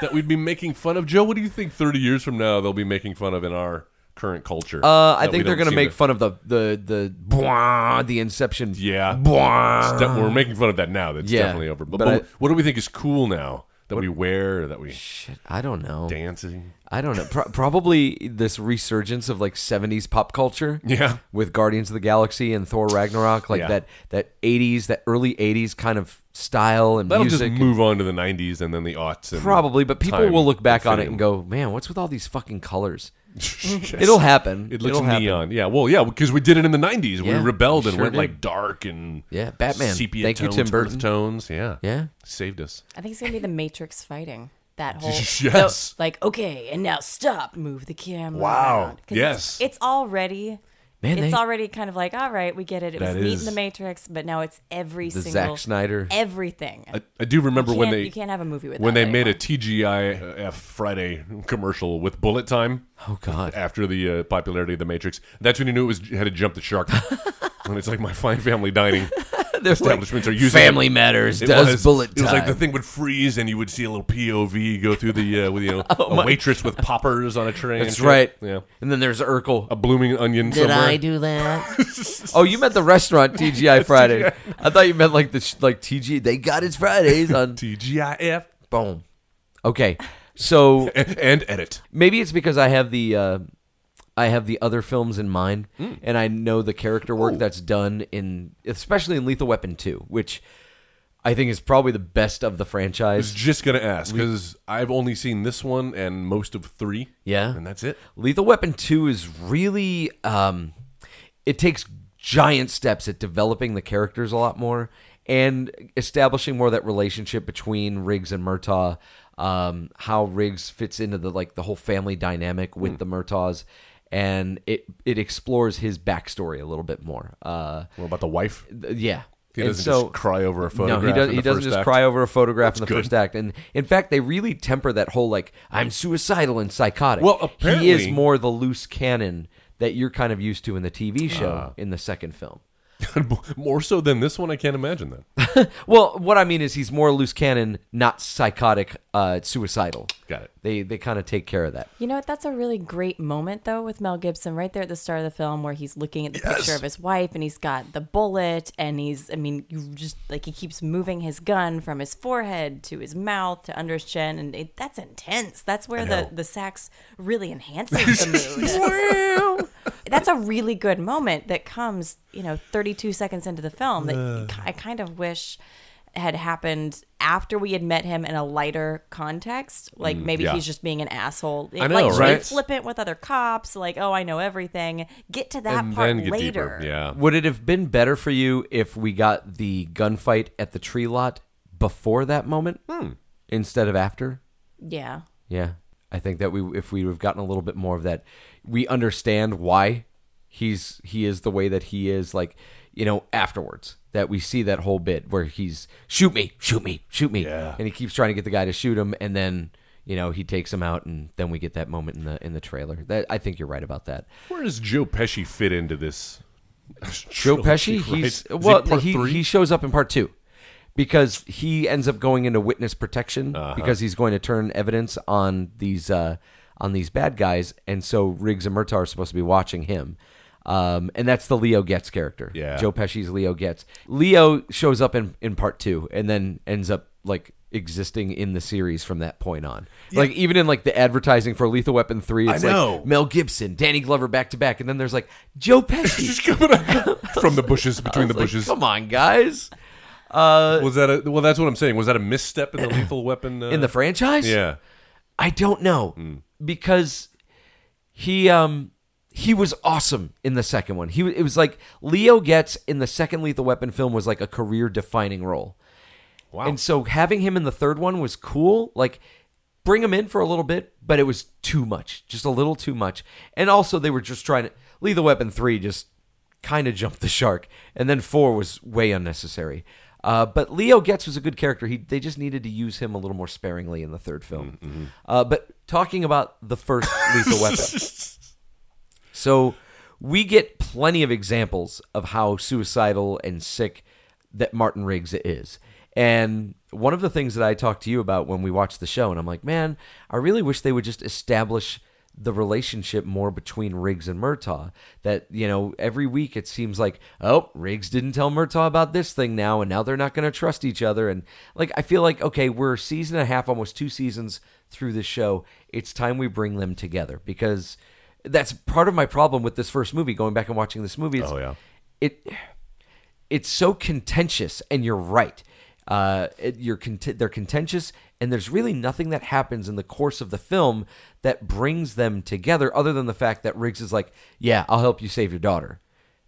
[SPEAKER 3] That we'd be making fun of Joe. What do you think? Thirty years from now, they'll be making fun of in our current culture.
[SPEAKER 4] Uh, I think they're gonna make fun of the the the bwah, the Inception.
[SPEAKER 3] Yeah,
[SPEAKER 4] bwah.
[SPEAKER 3] It's de- we're making fun of that now. That's
[SPEAKER 4] Yeah,
[SPEAKER 3] definitely over. But,
[SPEAKER 4] but
[SPEAKER 3] but
[SPEAKER 4] I-
[SPEAKER 3] what do we think is cool now that we wear or that we
[SPEAKER 4] Shit, I don't know.
[SPEAKER 3] dancing?
[SPEAKER 4] I don't know. Pro- probably this resurgence of like '70s pop culture.
[SPEAKER 3] Yeah.
[SPEAKER 4] with Guardians of the Galaxy and Thor Ragnarok, like
[SPEAKER 3] Yeah.
[SPEAKER 4] that that '80s, that early '80s kind of style and
[SPEAKER 3] That'll
[SPEAKER 4] music.
[SPEAKER 3] just move on to the '90s and then the aughts. And
[SPEAKER 4] Probably, but people
[SPEAKER 3] time
[SPEAKER 4] will look back on it
[SPEAKER 3] fame.
[SPEAKER 4] and go, "Man, what's with all these fucking colors?"
[SPEAKER 3] Yes.
[SPEAKER 4] It'll happen.
[SPEAKER 3] It looks
[SPEAKER 4] It'll happen.
[SPEAKER 3] neon. Yeah. Well, yeah, because we did it in the '90s.
[SPEAKER 4] Yeah,
[SPEAKER 3] we rebelled
[SPEAKER 4] we
[SPEAKER 3] and
[SPEAKER 4] sure
[SPEAKER 3] went
[SPEAKER 4] did.
[SPEAKER 3] like dark and
[SPEAKER 4] Yeah, Batman.
[SPEAKER 3] Sepia
[SPEAKER 4] Thank you,
[SPEAKER 3] tones,
[SPEAKER 4] Tim
[SPEAKER 3] earth
[SPEAKER 4] Burton.
[SPEAKER 3] Tones. Yeah.
[SPEAKER 4] Yeah.
[SPEAKER 3] Saved us.
[SPEAKER 5] I think it's gonna be the Matrix fighting. That whole
[SPEAKER 3] Yes.
[SPEAKER 5] the- like okay, and now stop. Move the camera.
[SPEAKER 3] Wow.
[SPEAKER 5] around. 'Cause
[SPEAKER 3] Yes.
[SPEAKER 5] it's, it's already.
[SPEAKER 4] Man,
[SPEAKER 5] it's
[SPEAKER 4] they-
[SPEAKER 5] already kind of like all right, we get it. It was
[SPEAKER 3] That
[SPEAKER 5] meet
[SPEAKER 3] is-
[SPEAKER 5] in the Matrix, but now it's every
[SPEAKER 4] The
[SPEAKER 5] single
[SPEAKER 4] Zack Snyder.
[SPEAKER 5] everything.
[SPEAKER 3] I, I do remember
[SPEAKER 5] You
[SPEAKER 3] when
[SPEAKER 5] can't-
[SPEAKER 3] they
[SPEAKER 5] you can't have a movie without
[SPEAKER 3] when they
[SPEAKER 5] that
[SPEAKER 3] made a
[SPEAKER 5] anymore.
[SPEAKER 3] TGIF Friday commercial with bullet time.
[SPEAKER 4] Oh God.
[SPEAKER 3] After the uh, popularity of the Matrix, that's when you knew it was had to jump the shark. when it's like my fine family dining establishments are using
[SPEAKER 4] Family
[SPEAKER 3] it.
[SPEAKER 4] Matters
[SPEAKER 3] It
[SPEAKER 4] does
[SPEAKER 3] was.
[SPEAKER 4] bullet
[SPEAKER 3] It was like
[SPEAKER 4] time.
[SPEAKER 3] the thing would freeze, and you would see a little POV go through the uh, with you know a waitress with poppers on a tray. and
[SPEAKER 4] Oh, That's
[SPEAKER 3] shit.
[SPEAKER 4] right.
[SPEAKER 3] Yeah.
[SPEAKER 4] And then there's Urkel.
[SPEAKER 3] a blooming onion somewhere.
[SPEAKER 4] do that? oh, you meant the restaurant TGI Friday. I thought you meant like the sh- like TG. They got its Fridays on
[SPEAKER 3] TGIF
[SPEAKER 4] boom. Okay, so
[SPEAKER 3] and edit.
[SPEAKER 4] maybe it's because I have the uh, I have the other films in mind, and I know the character work that's done in, especially in Lethal Weapon Two, which I think is probably the best of the
[SPEAKER 3] was
[SPEAKER 4] franchise.
[SPEAKER 3] just gonna ask because I've only seen this one and most of three.
[SPEAKER 4] Yeah.
[SPEAKER 3] and that's it.
[SPEAKER 4] Lethal Weapon 2 is really um it takes giant steps at developing the characters a lot more and establishing more of that relationship between Riggs and Murtaugh um how Riggs fits into the like the whole family dynamic with the Murtaughs and it it explores his backstory a little bit more uh
[SPEAKER 3] What about the wife?
[SPEAKER 4] th- yeah
[SPEAKER 3] He
[SPEAKER 4] And
[SPEAKER 3] doesn't
[SPEAKER 4] so-
[SPEAKER 3] just cry over a photograph.
[SPEAKER 4] no, he, does,
[SPEAKER 3] in
[SPEAKER 4] he
[SPEAKER 3] the
[SPEAKER 4] doesn't
[SPEAKER 3] first
[SPEAKER 4] just
[SPEAKER 3] act.
[SPEAKER 4] cry over a photograph in the
[SPEAKER 3] good.
[SPEAKER 4] first act. And in fact, they really temper that whole like I'm suicidal and psychotic.
[SPEAKER 3] Well,
[SPEAKER 4] he is
[SPEAKER 3] apparently-
[SPEAKER 4] more the loose cannon that you're kind of used to in the
[SPEAKER 3] Uh.
[SPEAKER 4] TV show in the second film.
[SPEAKER 3] More so than this one, I can't imagine that.
[SPEAKER 4] Well, what I mean is he's more loose cannon, not psychotic, uh, suicidal.
[SPEAKER 3] Got it.
[SPEAKER 4] They they kind of take care of that.
[SPEAKER 5] You know what? That's a really great moment, though, with Mel Gibson right there at the start of the film where he's looking at the picture of his wife and he's got the bullet and he's, I mean, you just like he keeps moving his gun from his forehead to his mouth to under his chin. And it, that's intense. That's where the, the sax really enhances the mood. that's a really good moment that comes, you know, 32 seconds into the film that I kind of wish had happened after we had met him in a lighter context like maybe
[SPEAKER 3] yeah.
[SPEAKER 5] he's just being an asshole
[SPEAKER 3] I know,
[SPEAKER 5] like be
[SPEAKER 3] right?
[SPEAKER 5] flippant with other cops, like, oh, I know everything. Get to that
[SPEAKER 3] and
[SPEAKER 5] part
[SPEAKER 3] then get
[SPEAKER 5] later.
[SPEAKER 3] deeper. Yeah,
[SPEAKER 4] Would it have been better for you if we got the gunfight at the tree lot before that moment
[SPEAKER 3] Hmm.
[SPEAKER 4] instead of after?
[SPEAKER 5] Yeah.
[SPEAKER 4] Yeah, I think that we if we would have gotten a little bit more of that, we understand why he's he is the way that he is. Like you know, afterwards that we see that whole bit where he's shoot me, shoot me, shoot me, and he keeps trying to get the guy to shoot him, and then you know he takes him out, and then we get that moment in the in the trailer. That I think you're right about that.
[SPEAKER 3] where does Joe Pesci fit into this?
[SPEAKER 4] Joe
[SPEAKER 3] trilogy,
[SPEAKER 4] Pesci,
[SPEAKER 3] right?
[SPEAKER 4] he's
[SPEAKER 3] Is he
[SPEAKER 4] well,
[SPEAKER 3] part
[SPEAKER 4] he,
[SPEAKER 3] three?
[SPEAKER 4] he shows up in part two because he ends up going into witness protection
[SPEAKER 3] Uh-huh.
[SPEAKER 4] because he's going to turn evidence on these uh, on these bad guys, and so Riggs and Murtaugh are supposed to be watching him. Um, and that's the Leo Getz character.
[SPEAKER 3] Yeah.
[SPEAKER 4] Joe Pesci's Leo Getz. Leo shows up in, in part two and then ends up like existing in the series from that point on. Like even in like the advertising for Lethal Weapon three, it's
[SPEAKER 3] know.
[SPEAKER 4] like Mel Gibson, Danny Glover back to back, and then there's like Joe Pesci.
[SPEAKER 3] from the bushes between the
[SPEAKER 4] It's like,
[SPEAKER 3] bushes.
[SPEAKER 4] Come on, guys.
[SPEAKER 3] was that a, well? That's what I'm saying. Was that a misstep in the Lethal Weapon? Uh,
[SPEAKER 4] In the franchise?
[SPEAKER 3] yeah, Mm.
[SPEAKER 4] I don't know. Because he um he was awesome in the second one. He wa- it was like Leo Getz in the second Lethal Weapon film was like a career defining role.
[SPEAKER 3] wow.
[SPEAKER 4] And so having him in the third one was cool. Like bring him in for a little bit, but it was too much. Just a little too much. And also they were just trying to Lethal Weapon 3 just kind of jumped the shark. And then 4 was way unnecessary. Uh, but Leo Getz was a good character. He they just needed to use him a little more sparingly in the third film. Uh, but talking about the first Lethal Weapon. So we get plenty of examples of how suicidal and sick that Martin Riggs is. And one of the things that I talked to you about when we watched the show, and I'm like, man, I really wish they would just establish the relationship more between Riggs and Murtaugh. That, you know, every week it seems like, oh, Riggs didn't tell Murtaugh about this thing now, and now they're not going to trust each other. And like, I feel like, okay, we're a season and a half, almost two seasons through the show. It's time we bring them together because that's part of my problem with this first movie. Going back and watching this movie, it's,
[SPEAKER 3] Oh, yeah.
[SPEAKER 4] it it's so contentious, and you're right. Uh, it, you're cont- they're contentious, and there's really nothing that happens in the course of the film that brings them together, other than the fact that Riggs is like, "Yeah, I'll help you save your daughter."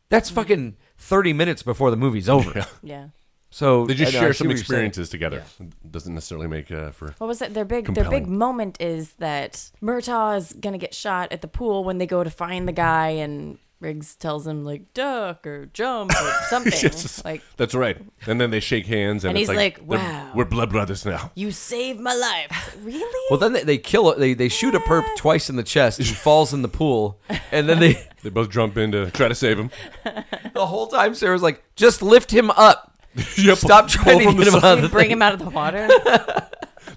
[SPEAKER 4] That's fucking thirty minutes before the movie's over.
[SPEAKER 5] Yeah.
[SPEAKER 4] So
[SPEAKER 3] they just
[SPEAKER 4] I know, I
[SPEAKER 3] share
[SPEAKER 4] see
[SPEAKER 3] some
[SPEAKER 4] what you're saying.
[SPEAKER 3] experiences together. Doesn't necessarily make uh, for.
[SPEAKER 5] What was it? Their big their
[SPEAKER 3] Compelling.
[SPEAKER 5] big moment is that Murtaugh is gonna get shot at the pool when they go to find the guy and Riggs tells him like duck or jump or something.
[SPEAKER 3] Yes.
[SPEAKER 5] Like
[SPEAKER 3] That's right. And then they shake hands, and,
[SPEAKER 5] And
[SPEAKER 3] it's
[SPEAKER 5] he's
[SPEAKER 3] like,
[SPEAKER 5] like,
[SPEAKER 3] they're-
[SPEAKER 5] "Wow."
[SPEAKER 3] we're blood brothers now."
[SPEAKER 5] you saved my life. really?
[SPEAKER 4] Well, then they, they kill it. They they shoot a perp twice in the chest. He falls in the pool, and then they.
[SPEAKER 3] They both jump in to try to save him.
[SPEAKER 4] The whole time Sarah's like, just lift him up.
[SPEAKER 3] Yep.
[SPEAKER 4] Stop
[SPEAKER 3] Pull
[SPEAKER 4] trying to
[SPEAKER 3] from the
[SPEAKER 4] get him
[SPEAKER 3] side.
[SPEAKER 4] out of the
[SPEAKER 5] Bring him out of the water.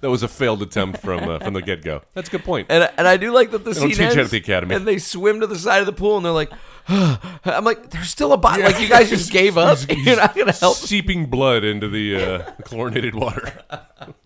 [SPEAKER 3] That was a failed attempt from uh, from the get go. That's a good point.
[SPEAKER 4] And, and I do like that the
[SPEAKER 3] don't
[SPEAKER 4] scene
[SPEAKER 3] teach
[SPEAKER 4] ends,
[SPEAKER 3] that at the academy.
[SPEAKER 4] and they swim to the side of the pool, and they're like, I'm like, there's still a body. Like, you guys just gave up. You're not going to help.
[SPEAKER 3] Seeping blood into the uh, chlorinated water.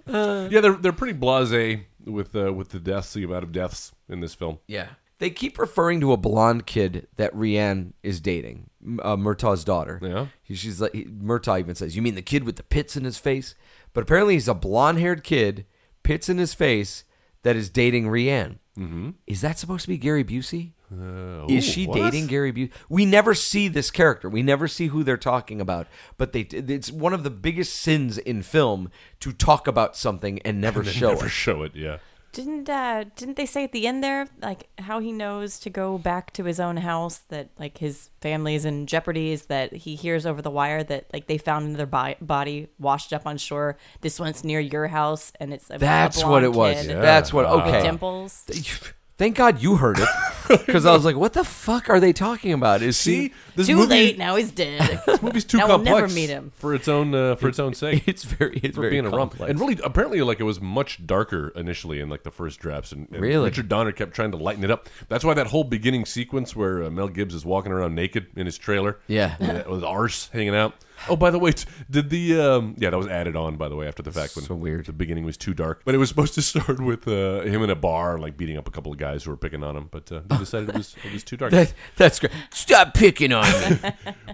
[SPEAKER 3] yeah, they're they're pretty blasé with uh, with the deaths, the amount of deaths in this film.
[SPEAKER 4] Yeah. They keep referring to a blonde kid that Rianne is dating, M- uh, Murtaugh's daughter.
[SPEAKER 3] Yeah.
[SPEAKER 4] He- She's like he- Murtaugh even says, "You mean the kid with the pits in his face?" But apparently, he's a blonde-haired kid, pits in his face, that is dating Rianne. Mm-hmm. Is that supposed to be Gary Busey? is
[SPEAKER 3] Uh, ooh,
[SPEAKER 4] she
[SPEAKER 3] what?
[SPEAKER 4] dating Gary Busey? We never see this character. We never see who they're talking about. But they—it's one of the biggest sins in film to talk about something and never
[SPEAKER 3] They
[SPEAKER 4] show
[SPEAKER 3] never
[SPEAKER 4] it.
[SPEAKER 3] show it. Yeah.
[SPEAKER 5] Didn't uh didn't they say at the end there like how he knows to go back to his own house that like his family is in jeopardy is that he hears over the wire that like they found another bi- body washed up on shore this one's near your house and it's a, a
[SPEAKER 4] That's what it
[SPEAKER 5] blonde
[SPEAKER 4] was.
[SPEAKER 5] kid
[SPEAKER 4] That's what.
[SPEAKER 3] Yeah.
[SPEAKER 5] with
[SPEAKER 4] Okay.
[SPEAKER 5] dimples
[SPEAKER 4] Thank God you heard it, because I was like, "What the fuck are they talking about?" Is
[SPEAKER 3] See,
[SPEAKER 4] she?
[SPEAKER 3] this
[SPEAKER 5] too
[SPEAKER 3] movie,
[SPEAKER 5] late now he's dead
[SPEAKER 3] This movie's too
[SPEAKER 5] Now we'll
[SPEAKER 3] complex
[SPEAKER 5] never meet him.
[SPEAKER 3] for its own uh, for its own sake.
[SPEAKER 4] It's very, it's
[SPEAKER 3] for
[SPEAKER 4] very
[SPEAKER 3] being a romp.
[SPEAKER 4] complex.
[SPEAKER 3] And really, apparently, like it was much darker initially in like the first drafts. And, and
[SPEAKER 4] Really?
[SPEAKER 3] Richard Donner kept trying to lighten it up. That's why that whole beginning sequence where uh, Mel Gibbs is walking around naked in his trailer,
[SPEAKER 4] Yeah.
[SPEAKER 3] uh, with arse hanging out. Oh, by the way, t- did the um, yeah that was added on by the way after the fact when
[SPEAKER 4] So weird.
[SPEAKER 3] the beginning was too dark, but it was supposed to start with uh, him in a bar like beating up a couple of guys who were picking on him, but uh, they decided it was it was too dark.
[SPEAKER 4] Oh. That, that's great. Stop picking on me.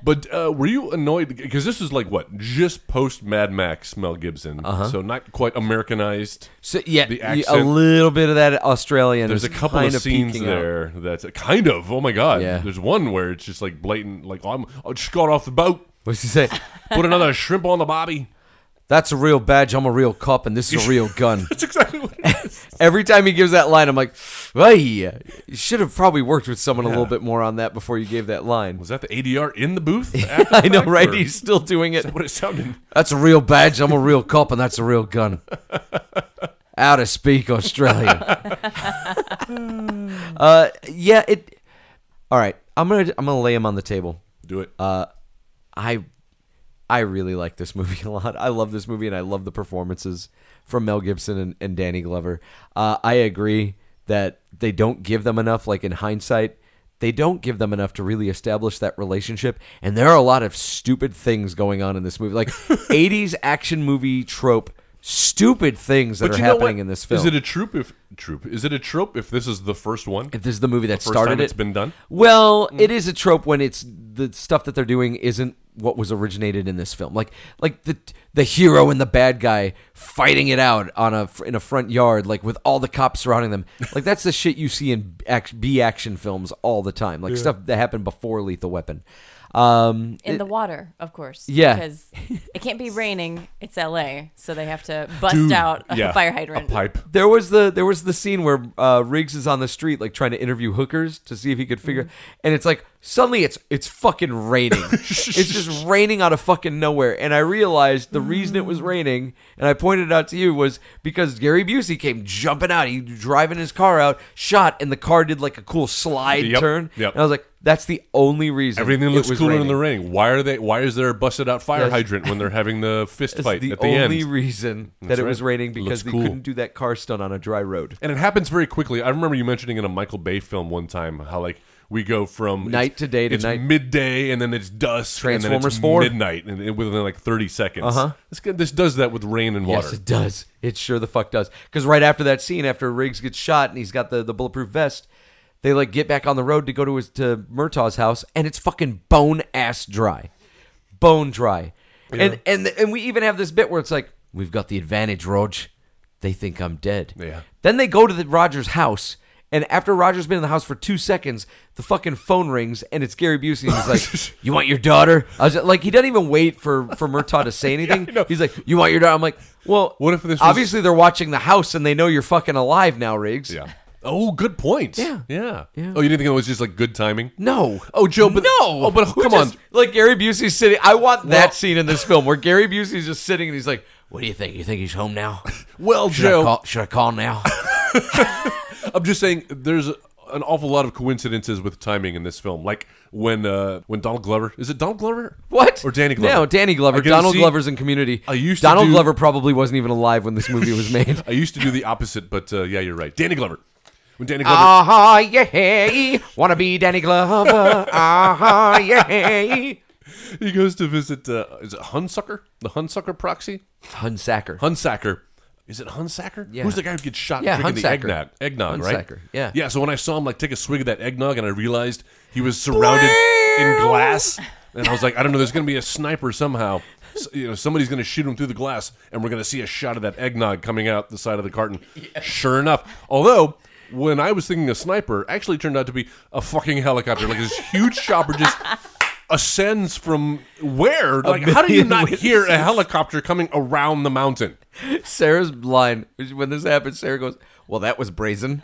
[SPEAKER 3] But uh, were you annoyed because this is like what just post Mad Max Mel Gibson,
[SPEAKER 4] Uh-huh.
[SPEAKER 3] so not quite Americanized.
[SPEAKER 4] So yeah,
[SPEAKER 3] The
[SPEAKER 4] y- a
[SPEAKER 3] accent.
[SPEAKER 4] little bit of that Australian.
[SPEAKER 3] There's
[SPEAKER 4] is
[SPEAKER 3] a couple
[SPEAKER 4] kind
[SPEAKER 3] of scenes
[SPEAKER 4] peeking out.
[SPEAKER 3] there that's kind of oh my god.
[SPEAKER 4] Yeah.
[SPEAKER 3] There's one where it's just like blatant, like I'm I just got off the boat,
[SPEAKER 4] What's he say?
[SPEAKER 3] put another shrimp on the bobby.
[SPEAKER 4] That's a real badge. I'm a real cop, and this is a real gun.
[SPEAKER 3] That's exactly what. It is.
[SPEAKER 4] Every time he gives that line, I'm like, "Hey, you should have probably worked with someone a little bit more on that before you gave that line."
[SPEAKER 3] Was that the ADR in the booth? after the
[SPEAKER 4] I know,
[SPEAKER 3] fact,
[SPEAKER 4] right?
[SPEAKER 3] or
[SPEAKER 4] He's still doing it.
[SPEAKER 3] what it sounded.
[SPEAKER 4] That's a real badge. I'm a real cop, and that's a real gun. Out of speak, Australia. uh, yeah. It. All right. I'm gonna I'm gonna lay him on the table.
[SPEAKER 3] Do it.
[SPEAKER 4] Uh, I I really like this movie a lot. I love this movie and I love the performances from Mel Gibson and, and Danny Glover. Uh, I agree that they don't give them enough, like in hindsight, they don't give them enough to really establish that relationship. And there are a lot of stupid things going on in this movie. Like 80s action movie trope, stupid things that
[SPEAKER 3] but
[SPEAKER 4] are
[SPEAKER 3] you know
[SPEAKER 4] happening
[SPEAKER 3] what?
[SPEAKER 4] in this film.
[SPEAKER 3] Is it a troop if troop? Is it a trope if this is the first one?
[SPEAKER 4] if this is the movie that
[SPEAKER 3] first
[SPEAKER 4] started
[SPEAKER 3] time
[SPEAKER 4] it,
[SPEAKER 3] it's been done? Hmm.
[SPEAKER 4] Well, it is a trope when it's the stuff that they're doing isn't what was originated in this film. Like like the the hero and the bad guy fighting it out on a in a front yard, like with all the cops surrounding them. Like that's the shit you see in act- B action films all the time. Like stuff that happened before Lethal Weapon. Um,
[SPEAKER 5] in the water of course
[SPEAKER 4] Yeah.
[SPEAKER 5] because it can't be raining it's L.A. so they have to bust out a
[SPEAKER 3] yeah,
[SPEAKER 5] fire hydrant
[SPEAKER 3] a pipe.
[SPEAKER 4] there was the there was the scene where uh, Riggs is on the street like trying to interview hookers to see if he could figure,
[SPEAKER 3] Mm.
[SPEAKER 4] and it's like suddenly it's it's fucking raining. it's just raining out of fucking nowhere, and I realized the reason it
[SPEAKER 3] Mm.
[SPEAKER 4] was raining, and I pointed it out to you was because Gary Busey came jumping out, he driving his car out, shot, and the car did like a cool slide
[SPEAKER 3] Yep,
[SPEAKER 4] turn,
[SPEAKER 3] yep.
[SPEAKER 4] and I was like, that's the only reason
[SPEAKER 3] Everything
[SPEAKER 4] it
[SPEAKER 3] looks
[SPEAKER 4] was
[SPEAKER 3] cooler in
[SPEAKER 4] raining.
[SPEAKER 3] the rain. Why are they? Why is there a busted out fire
[SPEAKER 4] Yes.
[SPEAKER 3] hydrant when they're having the fist
[SPEAKER 4] That's
[SPEAKER 3] fight
[SPEAKER 4] the
[SPEAKER 3] at the
[SPEAKER 4] only
[SPEAKER 3] end?
[SPEAKER 4] reason that
[SPEAKER 3] That's
[SPEAKER 4] it was
[SPEAKER 3] right.
[SPEAKER 4] raining
[SPEAKER 3] Looks
[SPEAKER 4] because they
[SPEAKER 3] cool.
[SPEAKER 4] couldn't do that car stunt on a dry road.
[SPEAKER 3] and it happens very quickly. I remember you mentioning in a Michael Bay film one time how like we go from
[SPEAKER 4] Night
[SPEAKER 3] it's-
[SPEAKER 4] to day to
[SPEAKER 3] it's
[SPEAKER 4] night.
[SPEAKER 3] midday, and then it's dusk. and then
[SPEAKER 4] Transformers
[SPEAKER 3] it's
[SPEAKER 4] 4?
[SPEAKER 3] midnight, and it- within like thirty seconds.
[SPEAKER 4] Uh-huh.
[SPEAKER 3] This g- this does that with rain and water.
[SPEAKER 4] Yes, it does. It sure the fuck does. Because right after that scene, after Riggs gets shot and he's got the, the bulletproof vest, they like get back on the road to go to his to Murtaugh's house, and it's fucking bone ass dry, bone dry, and and and we even have this bit where it's like we've got the advantage, Rog. They think I'm dead.
[SPEAKER 3] Yeah.
[SPEAKER 4] Then they go to the Rogers house. And after Roger's been in the house for two seconds, the fucking phone rings and it's Gary Busey. And he's like, "You want your daughter?" I was like, he doesn't even wait for for Murtaugh to say anything. he's like, "You want your daughter?" I'm like, "Well,
[SPEAKER 3] What if this was-
[SPEAKER 4] Obviously, they're watching the house and they know you're fucking alive now, Riggs.
[SPEAKER 3] Yeah. Oh, good point.
[SPEAKER 4] Yeah.
[SPEAKER 3] yeah.
[SPEAKER 4] Yeah.
[SPEAKER 3] Oh, you didn't think it was just like good timing?
[SPEAKER 4] No.
[SPEAKER 3] Oh, Joe, but-
[SPEAKER 4] no.
[SPEAKER 3] oh, but
[SPEAKER 4] Who
[SPEAKER 3] come
[SPEAKER 4] just-
[SPEAKER 3] on.
[SPEAKER 4] Like Gary Busey's sitting. I want
[SPEAKER 3] Well-
[SPEAKER 4] that scene in this film where Gary Busey's just sitting and he's like, "What do you think? You think he's home now?
[SPEAKER 3] Well,
[SPEAKER 4] Should, I
[SPEAKER 3] Joe,
[SPEAKER 4] call, should I call now?"
[SPEAKER 3] I'm just saying there's an awful lot of coincidences with timing in this film. Like when uh when Donald Glover is it Donald Glover?
[SPEAKER 4] What?
[SPEAKER 3] Or Danny Glover.
[SPEAKER 4] No, Danny Glover.
[SPEAKER 3] I can
[SPEAKER 4] Donald
[SPEAKER 3] see-
[SPEAKER 4] Glover's in Community.
[SPEAKER 3] I used to
[SPEAKER 4] Donald
[SPEAKER 3] do-
[SPEAKER 4] Glover probably wasn't even alive when this movie was made.
[SPEAKER 3] I used to do the opposite, but uh, yeah, you're right. Danny Glover. When Danny Glover
[SPEAKER 4] Ah uh yeah, wanna be Danny Glover? Ah uh yeah.
[SPEAKER 3] he goes to visit uh, is it Hunsucker? The Hunsucker proxy?
[SPEAKER 4] Hunsacker.
[SPEAKER 3] Hunsacker. Is it Hunsacker?
[SPEAKER 4] Yeah.
[SPEAKER 3] Who's the guy who gets shot
[SPEAKER 4] Yeah,
[SPEAKER 3] drinking
[SPEAKER 4] Hunsacker.
[SPEAKER 3] the eggnog? Eggnog,
[SPEAKER 4] Hunsacker,
[SPEAKER 3] right?
[SPEAKER 4] yeah.
[SPEAKER 3] Yeah. So when I saw him like take a swig of that eggnog, and I realized he was surrounded in glass, and I was like, I don't know, there's going to be a sniper somehow. S you know, somebody's going to shoot him through the glass, and we're going to see a shot of that eggnog coming out the side of the carton. Sure enough, although. When I was thinking a sniper, actually turned out to be a fucking helicopter, like this huge chopper just ascends from where? Like, how do you
[SPEAKER 4] million
[SPEAKER 3] not hear a
[SPEAKER 4] witnesses.
[SPEAKER 3] helicopter coming around the mountain?
[SPEAKER 4] Sarah's line is when this happens. Sarah goes, "Well, that was brazen."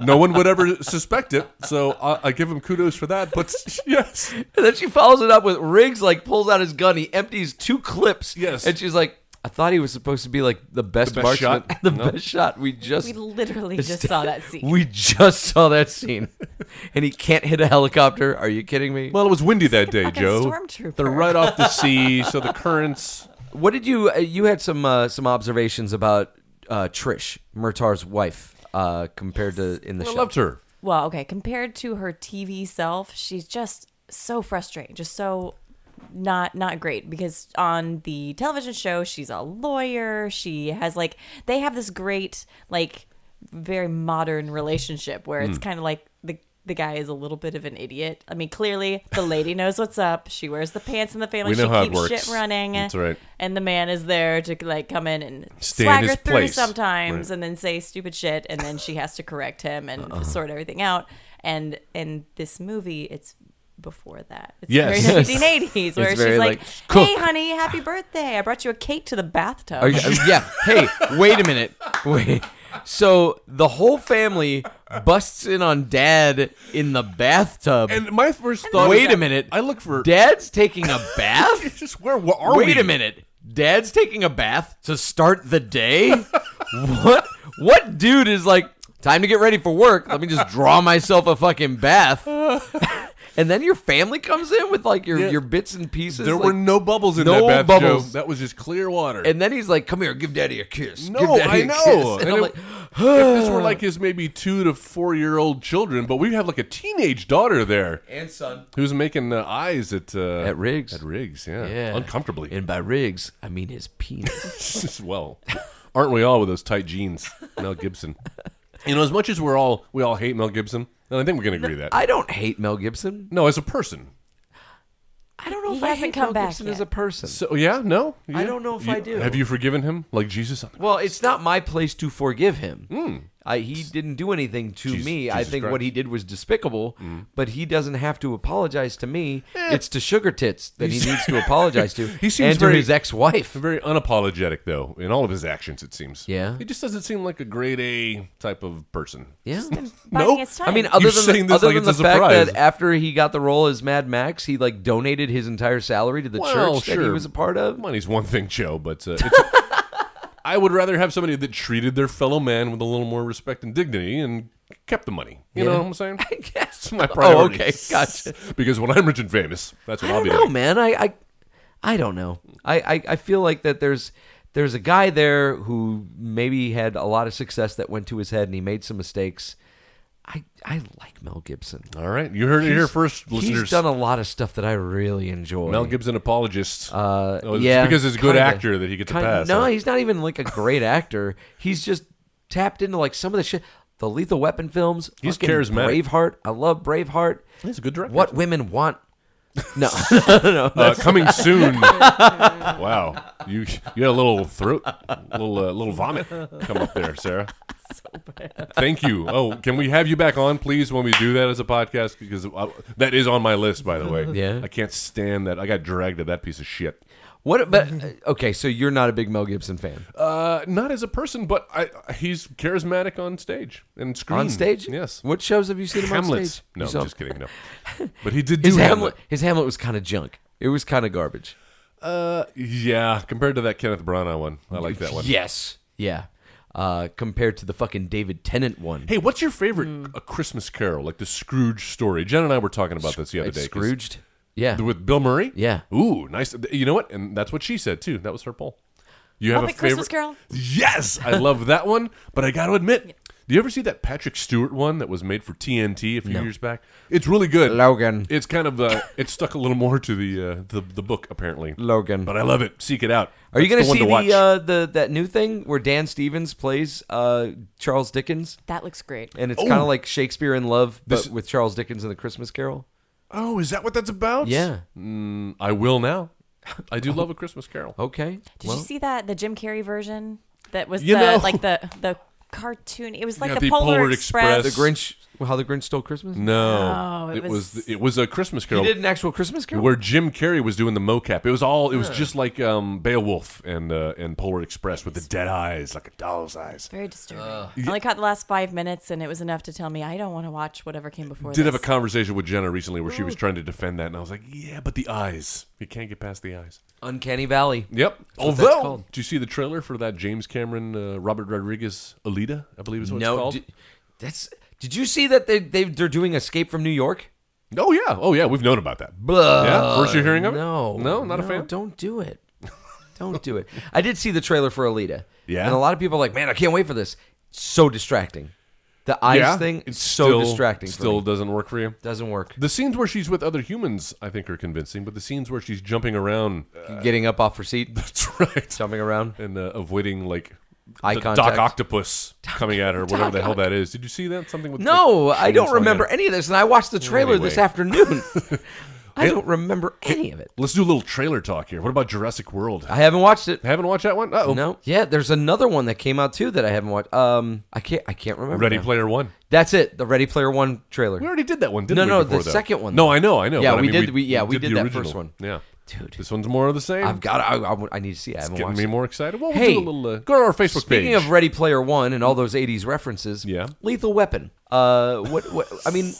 [SPEAKER 3] no one would ever suspect it. So I, I give him kudos for that. But yes,
[SPEAKER 4] And then she follows it up with Riggs like pulls out his gun, he empties two clips.
[SPEAKER 3] Yes.
[SPEAKER 4] And she's like, I thought he was supposed to be like the best,
[SPEAKER 3] The best
[SPEAKER 4] marksman.
[SPEAKER 3] shot?
[SPEAKER 4] the
[SPEAKER 3] No.
[SPEAKER 4] best shot. We just
[SPEAKER 5] We literally just saw that scene.
[SPEAKER 4] We just saw that scene. and he can't hit a helicopter. Are you kidding me?
[SPEAKER 3] well, it was windy that day,
[SPEAKER 5] Like a
[SPEAKER 3] Joe.
[SPEAKER 5] stormtrooper.
[SPEAKER 3] They're right off the sea, so the currents.
[SPEAKER 4] what did you uh, you had some uh, some observations about uh, Trish, Murtar's wife, uh, compared to in the
[SPEAKER 3] I
[SPEAKER 4] show.
[SPEAKER 3] loved her.
[SPEAKER 5] Well, okay, compared to her TV self, she's just so frustrating, just so not not great because on the television show she's a lawyer she has like they have this great like very modern relationship where
[SPEAKER 3] Hmm.
[SPEAKER 5] it's kind of like the the guy is a little bit of an idiot i mean clearly the lady knows what's up she wears the pants in the family
[SPEAKER 3] We know
[SPEAKER 5] she
[SPEAKER 3] how it
[SPEAKER 5] keeps
[SPEAKER 3] works.
[SPEAKER 5] shit running
[SPEAKER 3] That's right.
[SPEAKER 5] and the man is there to like come in and
[SPEAKER 3] Stay in
[SPEAKER 5] swagger
[SPEAKER 3] his
[SPEAKER 5] through
[SPEAKER 3] place.
[SPEAKER 5] sometimes
[SPEAKER 3] Right.
[SPEAKER 5] and then say stupid shit and then she has to correct him and
[SPEAKER 3] Uh-huh.
[SPEAKER 5] sort everything out and in this movie it's before that it's
[SPEAKER 3] Yes.
[SPEAKER 5] very 1980s where
[SPEAKER 4] It's
[SPEAKER 5] she's
[SPEAKER 4] very,
[SPEAKER 5] like,
[SPEAKER 4] like,
[SPEAKER 5] hey
[SPEAKER 4] cook.
[SPEAKER 5] honey happy birthday i brought you a cake to the bathtub
[SPEAKER 4] Are you, uh, yeah. Hey, wait a minute. Wait. So the whole family busts in on Dad in the bathtub.
[SPEAKER 3] And my first thought.
[SPEAKER 4] wait a minute.
[SPEAKER 3] I look for.
[SPEAKER 4] Dad's taking a bath.
[SPEAKER 3] Just where, where are we?
[SPEAKER 4] wait a minute. Dad's taking a bath to start the day. what? What dude is like? Time to get ready for work. Let me just draw myself a fucking bath. and then your family comes in with like your,
[SPEAKER 3] Yeah.
[SPEAKER 4] your bits and pieces.
[SPEAKER 3] There
[SPEAKER 4] like-
[SPEAKER 3] were no bubbles in
[SPEAKER 4] no
[SPEAKER 3] that bath,
[SPEAKER 4] bubbles.
[SPEAKER 3] Joe. That was just clear water.
[SPEAKER 4] And then he's like, "Come here, give Daddy a kiss."
[SPEAKER 3] No,
[SPEAKER 4] give Daddy
[SPEAKER 3] I
[SPEAKER 4] a
[SPEAKER 3] know.
[SPEAKER 4] kiss." And,
[SPEAKER 3] And
[SPEAKER 4] I'm
[SPEAKER 3] it-
[SPEAKER 4] like,
[SPEAKER 3] if
[SPEAKER 4] uh,
[SPEAKER 3] this were like his maybe two to four year old children, but we have like a teenage daughter there
[SPEAKER 4] and son.
[SPEAKER 3] who's making uh, eyes at uh,
[SPEAKER 4] At Riggs.
[SPEAKER 3] At Riggs, yeah,
[SPEAKER 4] Yeah.
[SPEAKER 3] uncomfortably.
[SPEAKER 4] And by Riggs, I mean his penis.
[SPEAKER 3] as well. Aren't we all with those tight jeans, Mel Gibson? You know, as much as we're all we all hate Mel Gibson, and I think we can agree that.
[SPEAKER 4] I don't hate Mel Gibson.
[SPEAKER 3] no, as a person.
[SPEAKER 4] I don't know
[SPEAKER 5] He
[SPEAKER 4] if I
[SPEAKER 5] hasn't
[SPEAKER 4] hate
[SPEAKER 5] come
[SPEAKER 4] Mel
[SPEAKER 5] back
[SPEAKER 4] Gibson
[SPEAKER 5] yet.
[SPEAKER 4] as a person.
[SPEAKER 3] So yeah, no.
[SPEAKER 4] I
[SPEAKER 3] Yeah.
[SPEAKER 4] don't know if
[SPEAKER 3] You-
[SPEAKER 4] I do.
[SPEAKER 3] Have you forgiven him like Jesus? on the-
[SPEAKER 4] Well, it's not my place to forgive him. I, he didn't do anything to
[SPEAKER 3] Hmm. Jesus-
[SPEAKER 4] me. I
[SPEAKER 3] Jesus
[SPEAKER 4] think
[SPEAKER 3] Christ. Hmm.
[SPEAKER 4] what he did was despicable, but he doesn't have to apologize to me. It's to Sugar Tits that he needs to apologize to,
[SPEAKER 3] Eh. He seems
[SPEAKER 4] and to
[SPEAKER 3] very-
[SPEAKER 4] his ex-wife.
[SPEAKER 3] Very unapologetic though in all of his actions. It seems.
[SPEAKER 4] Yeah.
[SPEAKER 3] He just doesn't seem like a grade A type of person.
[SPEAKER 4] Yeah.
[SPEAKER 5] Biding
[SPEAKER 3] No,
[SPEAKER 5] his time.
[SPEAKER 4] I mean, other
[SPEAKER 3] saying
[SPEAKER 4] than,
[SPEAKER 3] this
[SPEAKER 4] other
[SPEAKER 3] like
[SPEAKER 4] than the
[SPEAKER 3] it's a
[SPEAKER 4] fact
[SPEAKER 3] surprise.
[SPEAKER 4] that after he got the role as Mad Max, he like donated his entire salary to the
[SPEAKER 3] Well,
[SPEAKER 4] church that he
[SPEAKER 3] sure.
[SPEAKER 4] was a part of.
[SPEAKER 3] Money's one thing, Joe, but uh, it's, I would rather have somebody that treated their fellow man with a little more respect and dignity and kept the money. You know
[SPEAKER 4] Yeah.
[SPEAKER 3] what I'm saying?
[SPEAKER 4] I guess
[SPEAKER 3] It's my
[SPEAKER 4] Oh,
[SPEAKER 3] priority.
[SPEAKER 4] okay, gotcha.
[SPEAKER 3] because when I'm rich and famous, that's what
[SPEAKER 4] I
[SPEAKER 3] will
[SPEAKER 4] don't
[SPEAKER 3] be
[SPEAKER 4] know,
[SPEAKER 3] like.
[SPEAKER 4] man. I, I I don't know. I, I I feel like that there's there's a guy there who maybe had a lot of success that went to his head and he made some mistakes. I I like Mel Gibson.
[SPEAKER 3] All right, you heard it here
[SPEAKER 4] He's-
[SPEAKER 3] first, listeners.
[SPEAKER 4] He's done a lot of stuff that I really enjoy.
[SPEAKER 3] Mel Gibson apologist.
[SPEAKER 4] Uh,
[SPEAKER 3] Oh, it's
[SPEAKER 4] yeah,
[SPEAKER 3] because he's a good
[SPEAKER 4] kinda.
[SPEAKER 3] actor that he gets a
[SPEAKER 4] Kinda-
[SPEAKER 3] pass.
[SPEAKER 4] No,
[SPEAKER 3] huh?
[SPEAKER 4] he's not even like a great actor. He's just tapped into like some of the shit. The Lethal Weapon films.
[SPEAKER 3] He's
[SPEAKER 4] fucking
[SPEAKER 3] charismatic.
[SPEAKER 4] Braveheart. I love Braveheart.
[SPEAKER 3] He's a good director.
[SPEAKER 4] What women want. No.
[SPEAKER 3] Uh, coming soon. wow, you you had a little throat, little uh, little vomit come up there, Sarah. Thank you. Oh, can we have you back on, please, when we do that as a podcast? Because I, that is on my list, by the way.
[SPEAKER 4] Yeah.
[SPEAKER 3] I can't stand that. I got dragged to that piece of shit.
[SPEAKER 4] What? But uh, okay, so you're not a big Mel Gibson fan.
[SPEAKER 3] Uh, not as a person, but I, he's charismatic on stage and screen.
[SPEAKER 4] on stage?
[SPEAKER 3] yes.
[SPEAKER 4] What shows have you seen him on
[SPEAKER 3] Hamlet's?
[SPEAKER 4] stage?
[SPEAKER 3] No,
[SPEAKER 4] You saw-
[SPEAKER 3] just kidding. No, but he did do
[SPEAKER 4] His Hamlet.
[SPEAKER 3] Hamlet.
[SPEAKER 4] His Hamlet was kind of junk. It was kind of garbage.
[SPEAKER 3] Uh, yeah, compared to that Kenneth Branagh one, I like that one.
[SPEAKER 4] Yes. Yeah. Uh, compared to the fucking David Tennant one.
[SPEAKER 3] Hey, what's your favorite
[SPEAKER 4] Hmm.
[SPEAKER 3] uh Christmas Carol? Like the Scrooge story. Jen and I were talking about this the other
[SPEAKER 4] It's
[SPEAKER 3] day. 'cause-
[SPEAKER 4] Scrooged. Yeah.
[SPEAKER 3] with Bill Murray.
[SPEAKER 4] Yeah.
[SPEAKER 3] Ooh, nice. You know what? And that's what she said too. That was her poll. You have
[SPEAKER 5] Muppet
[SPEAKER 3] a favorite
[SPEAKER 5] Christmas Carol?
[SPEAKER 3] Yes, I love that one. But I got to admit, Do you ever see that Patrick Stewart one that was made for TNT a few years back? It's really good.
[SPEAKER 4] Logan.
[SPEAKER 3] It's kind of uh, it's stuck a little more to the uh, the, the book apparently.
[SPEAKER 4] Logan.
[SPEAKER 3] But I love it. Seek it out.
[SPEAKER 4] Are you
[SPEAKER 3] That's
[SPEAKER 4] going to see
[SPEAKER 3] one
[SPEAKER 4] the,
[SPEAKER 3] watch.
[SPEAKER 4] uh, the that new thing where Dan Stevens plays uh, Charles Dickens,
[SPEAKER 5] That looks great.
[SPEAKER 4] and it's
[SPEAKER 3] Oh.
[SPEAKER 4] kind of like Shakespeare in Love, but
[SPEAKER 3] This-
[SPEAKER 4] with Charles Dickens and the Christmas Carol?
[SPEAKER 3] oh, is that what that's about?
[SPEAKER 4] Yeah.
[SPEAKER 3] I will now. I do love a Christmas Carol.
[SPEAKER 4] Okay.
[SPEAKER 5] Did
[SPEAKER 4] well,
[SPEAKER 5] you see that the Jim Carrey version? That was
[SPEAKER 3] You
[SPEAKER 5] the
[SPEAKER 3] know-
[SPEAKER 5] like the the cartoon. It was like
[SPEAKER 3] Yeah,
[SPEAKER 5] the,
[SPEAKER 3] the
[SPEAKER 5] Polar,
[SPEAKER 3] Polar
[SPEAKER 5] Express.
[SPEAKER 3] Express.
[SPEAKER 4] the Grinch? How the Grinch Stole Christmas?
[SPEAKER 3] No,
[SPEAKER 5] No, it
[SPEAKER 3] it, was,
[SPEAKER 5] was-
[SPEAKER 3] it was a Christmas
[SPEAKER 4] He
[SPEAKER 3] Carol
[SPEAKER 4] did an actual Christmas Carol.
[SPEAKER 3] where Jim Carrey was doing the mocap. It was all it was just like um, Beowulf and uh, and Polar Express with the dead eyes, like a doll's eyes.
[SPEAKER 5] Very disturbing. I only caught the last five minutes, and it was enough to tell me I don't want to watch whatever came before.
[SPEAKER 3] Did
[SPEAKER 5] this.
[SPEAKER 3] have a conversation with Jenna recently where she was trying to defend that, and I was like, "Yeah, but the eyes. You can't get past the eyes."
[SPEAKER 4] Uncanny Valley.
[SPEAKER 3] Yep.
[SPEAKER 4] what that's
[SPEAKER 3] Although,
[SPEAKER 4] called.
[SPEAKER 3] do you see the trailer for that James Cameron, uh, Robert Rodriguez, Alita? I believe is what it's
[SPEAKER 4] No,
[SPEAKER 3] called.
[SPEAKER 4] di- that's. Did you see that they, they they're doing Escape from New York?
[SPEAKER 3] oh yeah, oh yeah, we've known about that.
[SPEAKER 4] Blah.
[SPEAKER 3] Yeah, first you're hearing of it?
[SPEAKER 4] No,
[SPEAKER 3] No, not a fan?
[SPEAKER 4] Don't do it. Don't do it. I did see the trailer for Alita.
[SPEAKER 3] Yeah?
[SPEAKER 4] and a lot of people are like, man, I can't wait for this. so distracting. The eyes
[SPEAKER 3] yeah,
[SPEAKER 4] thing,
[SPEAKER 3] it's
[SPEAKER 4] it's so
[SPEAKER 3] still-
[SPEAKER 4] distracting.
[SPEAKER 3] Still
[SPEAKER 4] Still
[SPEAKER 3] doesn't work for you.
[SPEAKER 4] doesn't work.
[SPEAKER 3] The scenes where she's with other humans, I think, are convincing, but the scenes where she's jumping around,
[SPEAKER 4] Getting up off her seat,
[SPEAKER 3] that's right,
[SPEAKER 4] jumping around.
[SPEAKER 3] and uh, avoiding like
[SPEAKER 4] Eye
[SPEAKER 3] the Doc
[SPEAKER 4] contact.
[SPEAKER 3] Octopus coming at her, whatever the hell that is. Did you see that? Something with
[SPEAKER 4] No,
[SPEAKER 3] like,
[SPEAKER 4] I
[SPEAKER 3] shades
[SPEAKER 4] don't
[SPEAKER 3] on
[SPEAKER 4] remember
[SPEAKER 3] it.
[SPEAKER 4] any of this, and I watched the trailer this
[SPEAKER 3] Anyway.
[SPEAKER 4] afternoon. I don't remember any of it.
[SPEAKER 3] Let's do a little trailer talk here. What about Jurassic World?
[SPEAKER 4] I haven't watched it.
[SPEAKER 3] Haven't watched that one? Uh oh.
[SPEAKER 4] No. Yeah, there's another one that came out too that I haven't watched. Um, I can't. I can't remember.
[SPEAKER 3] Ready
[SPEAKER 4] now.
[SPEAKER 3] Player One.
[SPEAKER 4] That's it. The Ready Player One trailer.
[SPEAKER 3] We already did that one, didn't we?
[SPEAKER 4] No, no,
[SPEAKER 3] before,
[SPEAKER 4] the
[SPEAKER 3] though?
[SPEAKER 4] second one,
[SPEAKER 3] No,
[SPEAKER 4] though.
[SPEAKER 3] I know, I know.
[SPEAKER 4] Yeah,
[SPEAKER 3] but I
[SPEAKER 4] we
[SPEAKER 3] mean,
[SPEAKER 4] did- we- yeah, we did
[SPEAKER 3] the
[SPEAKER 4] that first
[SPEAKER 3] original.
[SPEAKER 4] one.
[SPEAKER 3] Yeah,
[SPEAKER 4] Dude.
[SPEAKER 3] this one's more of the same.
[SPEAKER 4] I've got. I, I, I need to see. it. I haven't
[SPEAKER 3] Getting
[SPEAKER 4] watched.
[SPEAKER 3] me
[SPEAKER 4] it.
[SPEAKER 3] more excited. Well, we'll
[SPEAKER 4] Hey,
[SPEAKER 3] do a little. Uh, go to our Facebook
[SPEAKER 4] Speaking
[SPEAKER 3] page.
[SPEAKER 4] of Ready Player One and all those '80s references,
[SPEAKER 3] Yeah.
[SPEAKER 4] Lethal Weapon. Uh, what, what? I mean,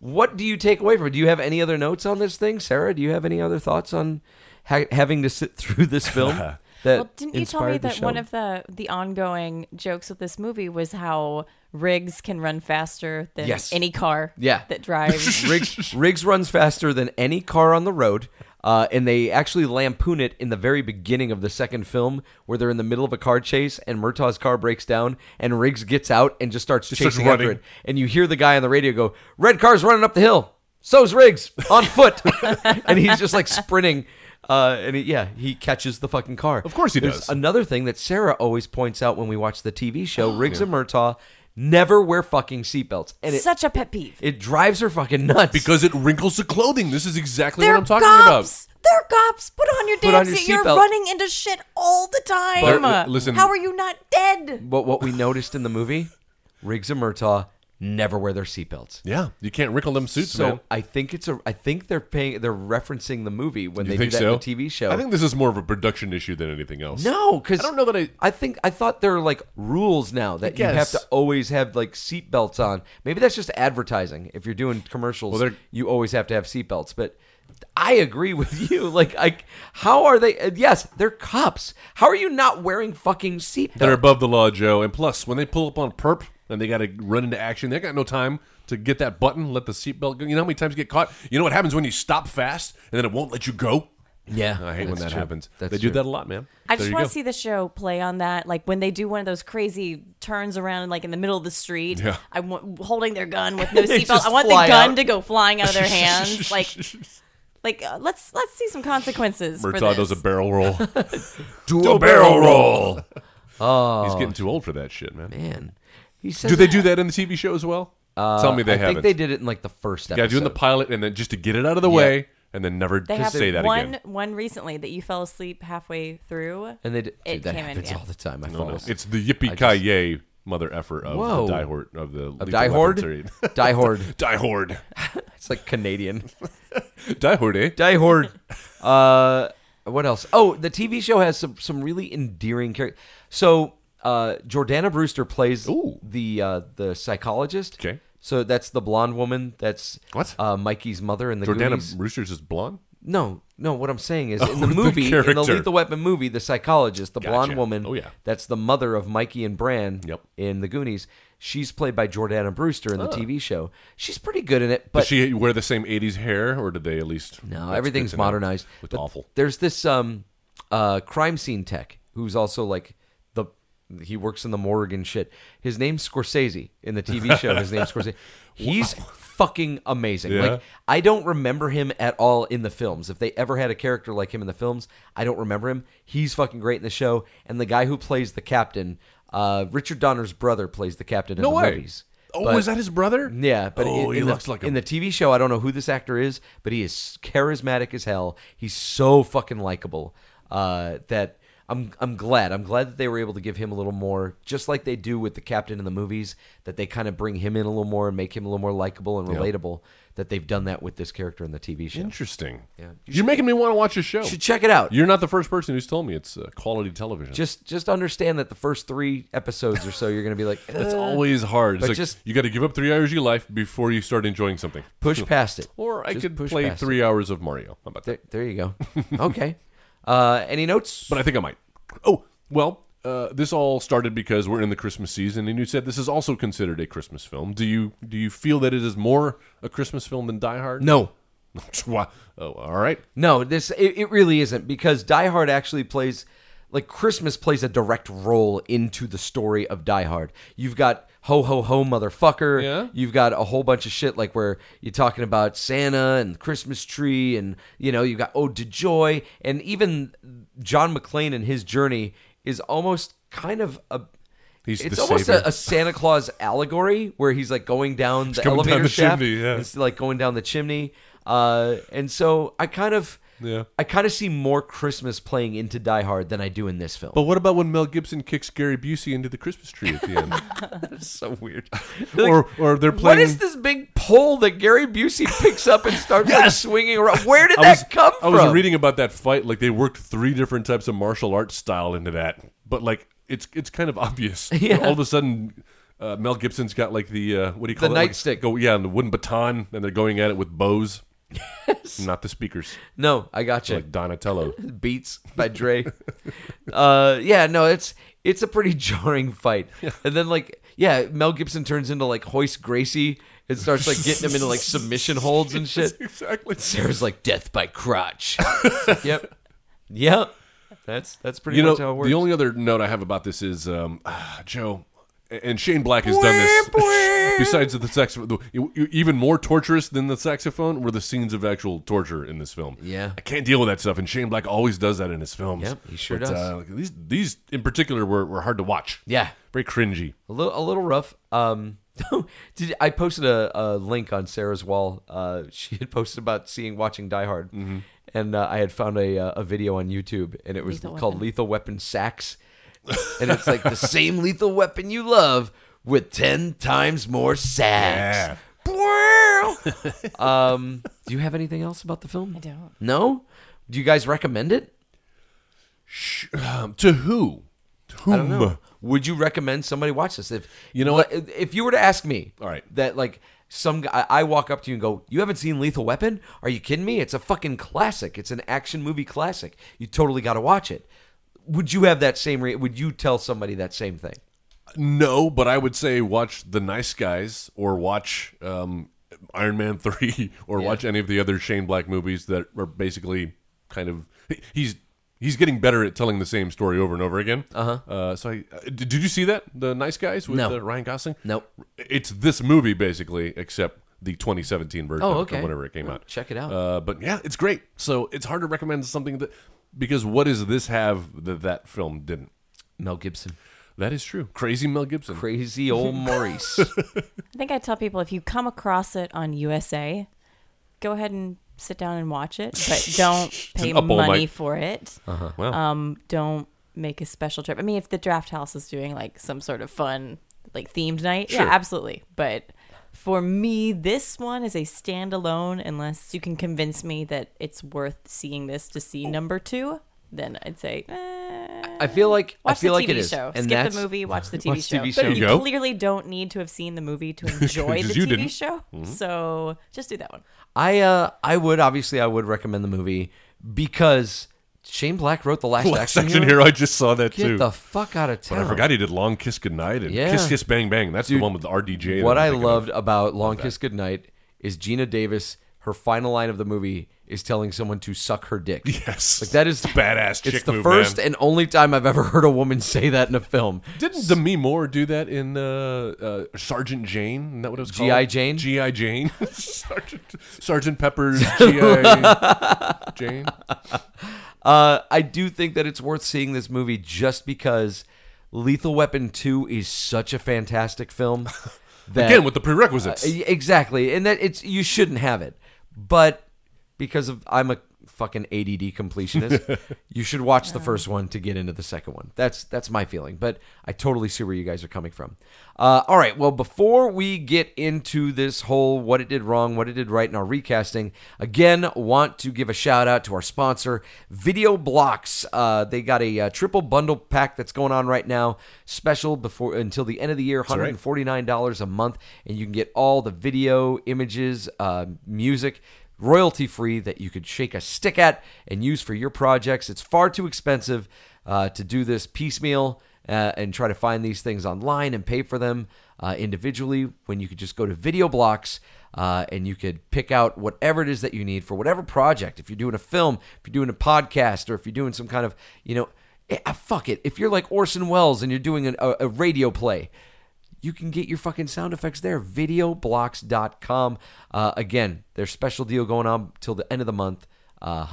[SPEAKER 4] what do you take away from? it? Do you have any other notes on this thing, Sarah? Do you have any other thoughts on ha- having to sit through this film? That
[SPEAKER 5] Well, didn't you tell me
[SPEAKER 4] inspired the
[SPEAKER 5] that one
[SPEAKER 4] show?
[SPEAKER 5] of the the ongoing jokes with this movie was how rigs can run faster than
[SPEAKER 4] Yes.
[SPEAKER 5] any car
[SPEAKER 4] Yeah.
[SPEAKER 5] that drives?
[SPEAKER 4] Riggs, Riggs runs faster than any car on the road. Uh, and they actually lampoon it in the very beginning of the second film, where they're in the middle of a car chase, and Murtaugh's car breaks down, and Riggs gets out and just starts
[SPEAKER 3] starts
[SPEAKER 4] chasing after
[SPEAKER 3] running.
[SPEAKER 4] it. And you hear the guy on the radio go, "Red car's running up the hill. So's Riggs on foot," and he's just like sprinting. Uh, and he, yeah, he catches the fucking car. Of
[SPEAKER 3] course he
[SPEAKER 4] There's
[SPEAKER 3] does.
[SPEAKER 4] Another thing that Sarah always points out when we watch the TV show, Riggs and Murtaugh never wear fucking seatbelts, and it
[SPEAKER 5] Such a pet peeve.
[SPEAKER 4] it drives her fucking nuts.
[SPEAKER 3] because it wrinkles the clothing. This is exactly
[SPEAKER 5] They're
[SPEAKER 3] what I'm talking
[SPEAKER 5] cops. They're cops. Put on your
[SPEAKER 4] Put
[SPEAKER 5] damn
[SPEAKER 4] on your
[SPEAKER 5] seat. You're
[SPEAKER 4] seatbelt.
[SPEAKER 5] running into shit all the time.
[SPEAKER 3] But- li- listen-
[SPEAKER 5] how are you not dead?
[SPEAKER 4] but what we noticed in the movie, Riggs and Murtaugh never wear their
[SPEAKER 3] about.
[SPEAKER 4] seatbelts.
[SPEAKER 3] Yeah, you can't wrinkle them suits,
[SPEAKER 4] So
[SPEAKER 3] man.
[SPEAKER 4] I think it's a. I think they're paying. They're referencing the movie when
[SPEAKER 3] You
[SPEAKER 4] they
[SPEAKER 3] think
[SPEAKER 4] do that
[SPEAKER 3] so?
[SPEAKER 4] in the TV show.
[SPEAKER 3] I think this is more of a production issue than anything else.
[SPEAKER 4] no, because
[SPEAKER 3] I don't know that I-
[SPEAKER 4] I think I thought there are like rules now that you have
[SPEAKER 3] guess.
[SPEAKER 4] to always have like seatbelts on. Maybe that's just advertising. If you're doing commercials,
[SPEAKER 3] Well, they're-
[SPEAKER 4] you always have to have seatbelts. But I agree with you. Like, I how are they? uh, Yes, they're cops. How are you not wearing fucking seatbelts?
[SPEAKER 3] They're above the law, Joe. And plus, when they pull up on perp and they got to run into action, they got no time to get that button, let the seatbelt go. You know how many times you get caught? You know what happens when you stop fast and then it won't let you go?
[SPEAKER 4] yeah,
[SPEAKER 3] I hate when
[SPEAKER 4] that's
[SPEAKER 3] that
[SPEAKER 4] true.
[SPEAKER 3] happens.
[SPEAKER 4] That's
[SPEAKER 3] they
[SPEAKER 4] true.
[SPEAKER 3] do that a lot, man.
[SPEAKER 5] I
[SPEAKER 3] There
[SPEAKER 5] just
[SPEAKER 3] you
[SPEAKER 5] want
[SPEAKER 3] go.
[SPEAKER 5] to see the show play on that. Like when they do one of those crazy turns around, like in the middle of the street.
[SPEAKER 3] Yeah.
[SPEAKER 5] I want holding their gun with no seatbelt.
[SPEAKER 4] just
[SPEAKER 5] I want the
[SPEAKER 4] fly
[SPEAKER 5] gun
[SPEAKER 4] out.
[SPEAKER 5] to go flying out of their hands. like, like uh, let's let's see some consequences. for
[SPEAKER 3] Murtaugh
[SPEAKER 5] this.
[SPEAKER 3] does a barrel roll.
[SPEAKER 4] Do
[SPEAKER 3] do a barrel roll. Oh, he's getting too old for that shit, man.
[SPEAKER 4] Ah. Man, he says.
[SPEAKER 3] Do they do that in the TV show as well? Tell me they
[SPEAKER 4] Uh, I
[SPEAKER 3] haven't.
[SPEAKER 4] think they did it in like the first episode.
[SPEAKER 3] Yeah, doing the pilot and then just to get it out of the way and then never
[SPEAKER 5] They have
[SPEAKER 3] say that
[SPEAKER 5] one
[SPEAKER 3] again.
[SPEAKER 5] one recently that you fell asleep halfway through.
[SPEAKER 4] and they did,
[SPEAKER 5] It
[SPEAKER 4] dude, that
[SPEAKER 5] came in,
[SPEAKER 4] happens
[SPEAKER 5] yeah.
[SPEAKER 4] all the time. Oh, I
[SPEAKER 3] No,
[SPEAKER 4] fall
[SPEAKER 3] no.
[SPEAKER 4] asleep.
[SPEAKER 3] It's the yippee ki yay mother effort of
[SPEAKER 4] Whoa.
[SPEAKER 3] the Die Horde of the Lethal
[SPEAKER 4] Of
[SPEAKER 3] Weapon
[SPEAKER 4] Die Horde,
[SPEAKER 3] series.
[SPEAKER 4] Die Horde.
[SPEAKER 3] Die Horde.
[SPEAKER 4] It's like Canadian.
[SPEAKER 3] Die Horde, eh?
[SPEAKER 4] Die Horde. Uh, what else? Oh, the TV show has some some really endearing characters. So uh, Jordana Brewster plays
[SPEAKER 3] Ooh.
[SPEAKER 4] the uh, the psychologist.
[SPEAKER 3] Okay.
[SPEAKER 4] So that's the blonde woman. That's
[SPEAKER 3] What?
[SPEAKER 4] Uh, Mikey's mother in the Goonies.
[SPEAKER 3] Jordana Roosters is blonde?
[SPEAKER 4] No, no. What I'm saying is, in the
[SPEAKER 3] Oh, the
[SPEAKER 4] movie, in the
[SPEAKER 3] character.
[SPEAKER 4] Lethal Weapon movie, the psychologist, the blonde
[SPEAKER 3] Gotcha.
[SPEAKER 4] woman,
[SPEAKER 3] Oh, yeah.
[SPEAKER 4] that's the mother of Mikey and Bran
[SPEAKER 3] Yep.
[SPEAKER 4] in the Goonies. She's played by Jordana Brewster in the TV show. She's pretty good in it, but
[SPEAKER 3] Does she wear the same 80s hair or did they at least
[SPEAKER 4] no,
[SPEAKER 3] That's good
[SPEAKER 4] everything's
[SPEAKER 3] to know.
[SPEAKER 4] modernized.
[SPEAKER 3] It's
[SPEAKER 4] But
[SPEAKER 3] awful.
[SPEAKER 4] There's this um, uh, crime scene tech who's also like the he works in the morgue and shit. His name's Scorsese in the TV show. His name's Scorsese. He's fucking amazing.
[SPEAKER 3] Yeah.
[SPEAKER 4] Like I don't remember him at all in the films. If they ever had a character like him in the films, I don't remember him. He's fucking great in the show. And the guy who plays the captain, uh, Richard Donner's brother, plays the captain
[SPEAKER 3] No
[SPEAKER 4] in the
[SPEAKER 3] way.
[SPEAKER 4] movies.
[SPEAKER 3] Oh,
[SPEAKER 4] But-
[SPEAKER 3] is that his brother?
[SPEAKER 4] yeah, but
[SPEAKER 3] oh,
[SPEAKER 4] in,
[SPEAKER 3] he
[SPEAKER 4] in
[SPEAKER 3] looks
[SPEAKER 4] the,
[SPEAKER 3] like a
[SPEAKER 4] in the TV show, I don't know who this actor is, but he is charismatic as hell. He's so fucking likable uh, that I'm I'm glad. I'm glad that they were able to give him a little more, just like they do with the captain in the movies. That they kind of bring him in a little more and make him a little more likable and relatable. That they've done that with this character in the TV show.
[SPEAKER 3] Interesting. Yeah, you are making me want to watch this show.
[SPEAKER 4] You should check it out.
[SPEAKER 3] You're not the first person who's told me it's uh, quality television.
[SPEAKER 4] just just understand that the first three episodes or so, you're gonna be like,
[SPEAKER 3] That's
[SPEAKER 4] "Uh,
[SPEAKER 3] always hard. It's
[SPEAKER 4] but
[SPEAKER 3] like
[SPEAKER 4] just-
[SPEAKER 3] you got to give up three hours of your life before you start enjoying something.
[SPEAKER 4] push past it.
[SPEAKER 3] Or I
[SPEAKER 4] Just
[SPEAKER 3] could
[SPEAKER 4] push
[SPEAKER 3] play
[SPEAKER 4] past it.
[SPEAKER 3] three hours of Mario. How about that?
[SPEAKER 4] There, there you go. okay. Uh, any notes?
[SPEAKER 3] But I think I might. Oh, well, uh, this all started because we're in the Christmas season, and you said this is also considered a Christmas film. Do you do you feel that it is more a Christmas film than Die Hard?
[SPEAKER 4] No.
[SPEAKER 3] Why- oh, all right.
[SPEAKER 4] No, this it, it really isn't because Die Hard actually plays like Christmas plays a direct role into the story of Die Hard. You've got ho ho ho motherfucker.
[SPEAKER 3] Yeah.
[SPEAKER 4] You've got a whole bunch of shit like where you're talking about Santa and the Christmas tree and you know, you've got Ode to Joy and even John McClane and his journey is almost kind of a
[SPEAKER 3] He's
[SPEAKER 4] it's
[SPEAKER 3] the
[SPEAKER 4] almost
[SPEAKER 3] savior.
[SPEAKER 4] a, a Santa Claus allegory where he's like going down the
[SPEAKER 3] coming down
[SPEAKER 4] elevator
[SPEAKER 3] the
[SPEAKER 4] shaft.
[SPEAKER 3] chimney, yeah.
[SPEAKER 4] It's like going down the chimney. Uh, and so I kind of
[SPEAKER 3] Yeah.
[SPEAKER 4] I kind of see more Christmas playing into Die Hard than I do in this film.
[SPEAKER 3] But what about when Mel Gibson kicks Gary Busey into the Christmas tree at the end?
[SPEAKER 4] That's so weird.
[SPEAKER 3] or or they're
[SPEAKER 4] What
[SPEAKER 3] playing
[SPEAKER 4] is this big pole that Gary Busey picks up and starts like, swinging around? Where did
[SPEAKER 3] I
[SPEAKER 4] that
[SPEAKER 3] was,
[SPEAKER 4] come
[SPEAKER 3] I
[SPEAKER 4] from?
[SPEAKER 3] was reading about that fight. Like they worked three different types of martial arts style into that, but like it's it's kind of obvious.
[SPEAKER 4] Yeah.
[SPEAKER 3] All of a sudden, uh, Mel Gibson's got like the uh, what do you call
[SPEAKER 4] The
[SPEAKER 3] that? Like,
[SPEAKER 4] nightstick.
[SPEAKER 3] Go yeah, and the wooden baton, and they're going at it with bows, not the speakers
[SPEAKER 4] No, I got you.
[SPEAKER 3] like Donatello.
[SPEAKER 4] Beats by Dre. uh, yeah, no, it's it's a pretty jarring fight. And then like, yeah, Mel Gibson turns into like Hoist Gracie and starts like getting him into like submission holds and shit.
[SPEAKER 3] exactly.
[SPEAKER 4] Sarah's like death by crotch. yep, yep. That's that's pretty
[SPEAKER 3] You know,
[SPEAKER 4] much how it works.
[SPEAKER 3] the only other note I have about this is um, ah, Joe and Shane Black has done this. Besides the saxophone, the, e- e- even more torturous than the saxophone were the scenes of actual torture in this film.
[SPEAKER 4] Yeah.
[SPEAKER 3] I can't deal with that stuff, and Shane Black always does that in his films.
[SPEAKER 4] Yep, he sure
[SPEAKER 3] But,
[SPEAKER 4] does.
[SPEAKER 3] Uh, these these in particular were, were hard to watch.
[SPEAKER 4] Yeah.
[SPEAKER 3] very cringy.
[SPEAKER 4] a little a little rough. Um, did I posted a, a link on Sarah's wall? Uh, she had posted about seeing watching Die Hard, and uh, I had found a uh, a video on YouTube, and it was
[SPEAKER 5] Lethal
[SPEAKER 4] called
[SPEAKER 5] Weapon.
[SPEAKER 4] "Lethal Weapon Sacks," and it's like the same lethal weapon you love with ten times more sacks. um, do you have anything else about the film?
[SPEAKER 5] I don't.
[SPEAKER 4] No. Do you guys recommend it?
[SPEAKER 3] Um, to who? To whom?
[SPEAKER 4] Would you recommend somebody watch this? If
[SPEAKER 3] You know Hmm. what?
[SPEAKER 4] if if you were to ask me,
[SPEAKER 3] All right.
[SPEAKER 4] that like some guy, I walk up to you and go, "You haven't seen Lethal Weapon? Are you kidding me? It's a fucking classic. It's an action movie classic. You totally got to watch it." Would you have that same? Re- would you tell somebody that same thing?
[SPEAKER 3] No, but I would say watch The Nice Guys or watch um, Iron Man 3 or watch any of the other Shane Black movies that are basically kind of he- he's he's getting better at telling the same story over and over again. Uh-huh. so I, uh, did did you see that The Nice Guys with
[SPEAKER 4] No.
[SPEAKER 3] uh, Ryan Gosling?
[SPEAKER 4] Nope.
[SPEAKER 3] It's this movie basically except the 2017 version
[SPEAKER 4] Oh,
[SPEAKER 3] of-
[SPEAKER 4] okay.
[SPEAKER 3] of whenever it came out.
[SPEAKER 4] Check it out.
[SPEAKER 3] Uh, but yeah, it's great. So it's hard to recommend something that because what does this have that that film didn't?
[SPEAKER 4] Mel Gibson,
[SPEAKER 3] That is true. Crazy Mel Gibson.
[SPEAKER 4] crazy old Maurice.
[SPEAKER 5] I think I tell people if you come across it on USA, go ahead and sit down and watch it, but don't pay
[SPEAKER 3] up all
[SPEAKER 5] money
[SPEAKER 3] night.
[SPEAKER 5] for it.
[SPEAKER 3] Uh-huh. Well,
[SPEAKER 4] Uh,
[SPEAKER 5] Um, don't make a special trip. I mean, if the Draft House is doing like some sort of fun, like themed night,
[SPEAKER 3] Sure.
[SPEAKER 5] yeah, absolutely. But for me, this one is a standalone. Unless you can convince me that it's worth seeing this to see number two, then I'd say. Eh.
[SPEAKER 4] I feel like
[SPEAKER 5] Watch
[SPEAKER 4] I feel
[SPEAKER 5] the
[SPEAKER 4] like
[SPEAKER 5] TV
[SPEAKER 4] it is.
[SPEAKER 5] show.
[SPEAKER 4] And
[SPEAKER 5] Skip
[SPEAKER 4] that's,
[SPEAKER 5] the movie. Watch the TV
[SPEAKER 4] Watch
[SPEAKER 5] show.
[SPEAKER 4] TV show. There
[SPEAKER 3] you go.
[SPEAKER 5] clearly don't need to have seen the movie to enjoy the
[SPEAKER 3] 'Cause you
[SPEAKER 5] TV
[SPEAKER 3] didn't.
[SPEAKER 5] show. So just do that one.
[SPEAKER 4] I uh I would obviously I would recommend the movie because Shane Black wrote the last,
[SPEAKER 3] Last
[SPEAKER 4] action,
[SPEAKER 3] Action Hero. I just saw that
[SPEAKER 4] Get
[SPEAKER 3] too.
[SPEAKER 4] the fuck out of town.
[SPEAKER 3] I forgot he did Long Kiss Goodnight and
[SPEAKER 4] Yeah.
[SPEAKER 3] Kiss Kiss Bang Bang. That's
[SPEAKER 4] Dude,
[SPEAKER 3] the one with the RDJ. that
[SPEAKER 4] What
[SPEAKER 3] I'm
[SPEAKER 4] I
[SPEAKER 3] thinking of.
[SPEAKER 4] loved about Long Kiss Goodnight is Gina Davis. her final line of the movie is telling someone to suck her dick.
[SPEAKER 3] Yes.
[SPEAKER 4] Like that is
[SPEAKER 3] Badass
[SPEAKER 4] It's
[SPEAKER 3] chick
[SPEAKER 4] the
[SPEAKER 3] move,
[SPEAKER 4] first
[SPEAKER 3] man.
[SPEAKER 4] and only time I've ever heard a woman say that in a film.
[SPEAKER 3] Didn't Demi Moore do that in uh, uh, Sergeant Jane? Isn't that what it was called?
[SPEAKER 4] G.I. Jane?
[SPEAKER 3] G.I. Jane. Sergeant, Sergeant Pepper's G.I. Jane.
[SPEAKER 4] Uh, I do think that it's worth seeing this movie just because Lethal Weapon 2 is such a fantastic film. That,
[SPEAKER 3] Again, with the prerequisites.
[SPEAKER 4] Uh, exactly, and that it's you shouldn't have it, but because of I'm a fucking ADD completionist, you should watch the first one to get into the second one. That's that's my feeling, but I totally see where you guys are coming from. Uh, all right, well, before we get into this whole what it did wrong, what it did right, in our recasting, again, want to give a shout out to our sponsor, Video Blocks. Uh, they got a, uh triple bundle pack that's going on right now, special before until the end of the year,
[SPEAKER 3] right.
[SPEAKER 4] 140 $49 a month, and you can get all the video, images, uh, music, royalty free that you could shake a stick at and use for your projects. It's far too expensive uh, to do this piecemeal uh, and try to find these things online and pay for them uh, individually when you could just go to Video Blocks. Uh, and you could pick out whatever it is that you need for whatever project. If you're doing a film, if you're doing a podcast, or if you're doing some kind of, you know, eh, fuck it. If you're like Orson Welles and you're doing an, a, a radio play, you can get your fucking sound effects there. Videoblocks.com. Uh, again, their special deal going on till the end of the month. Uh,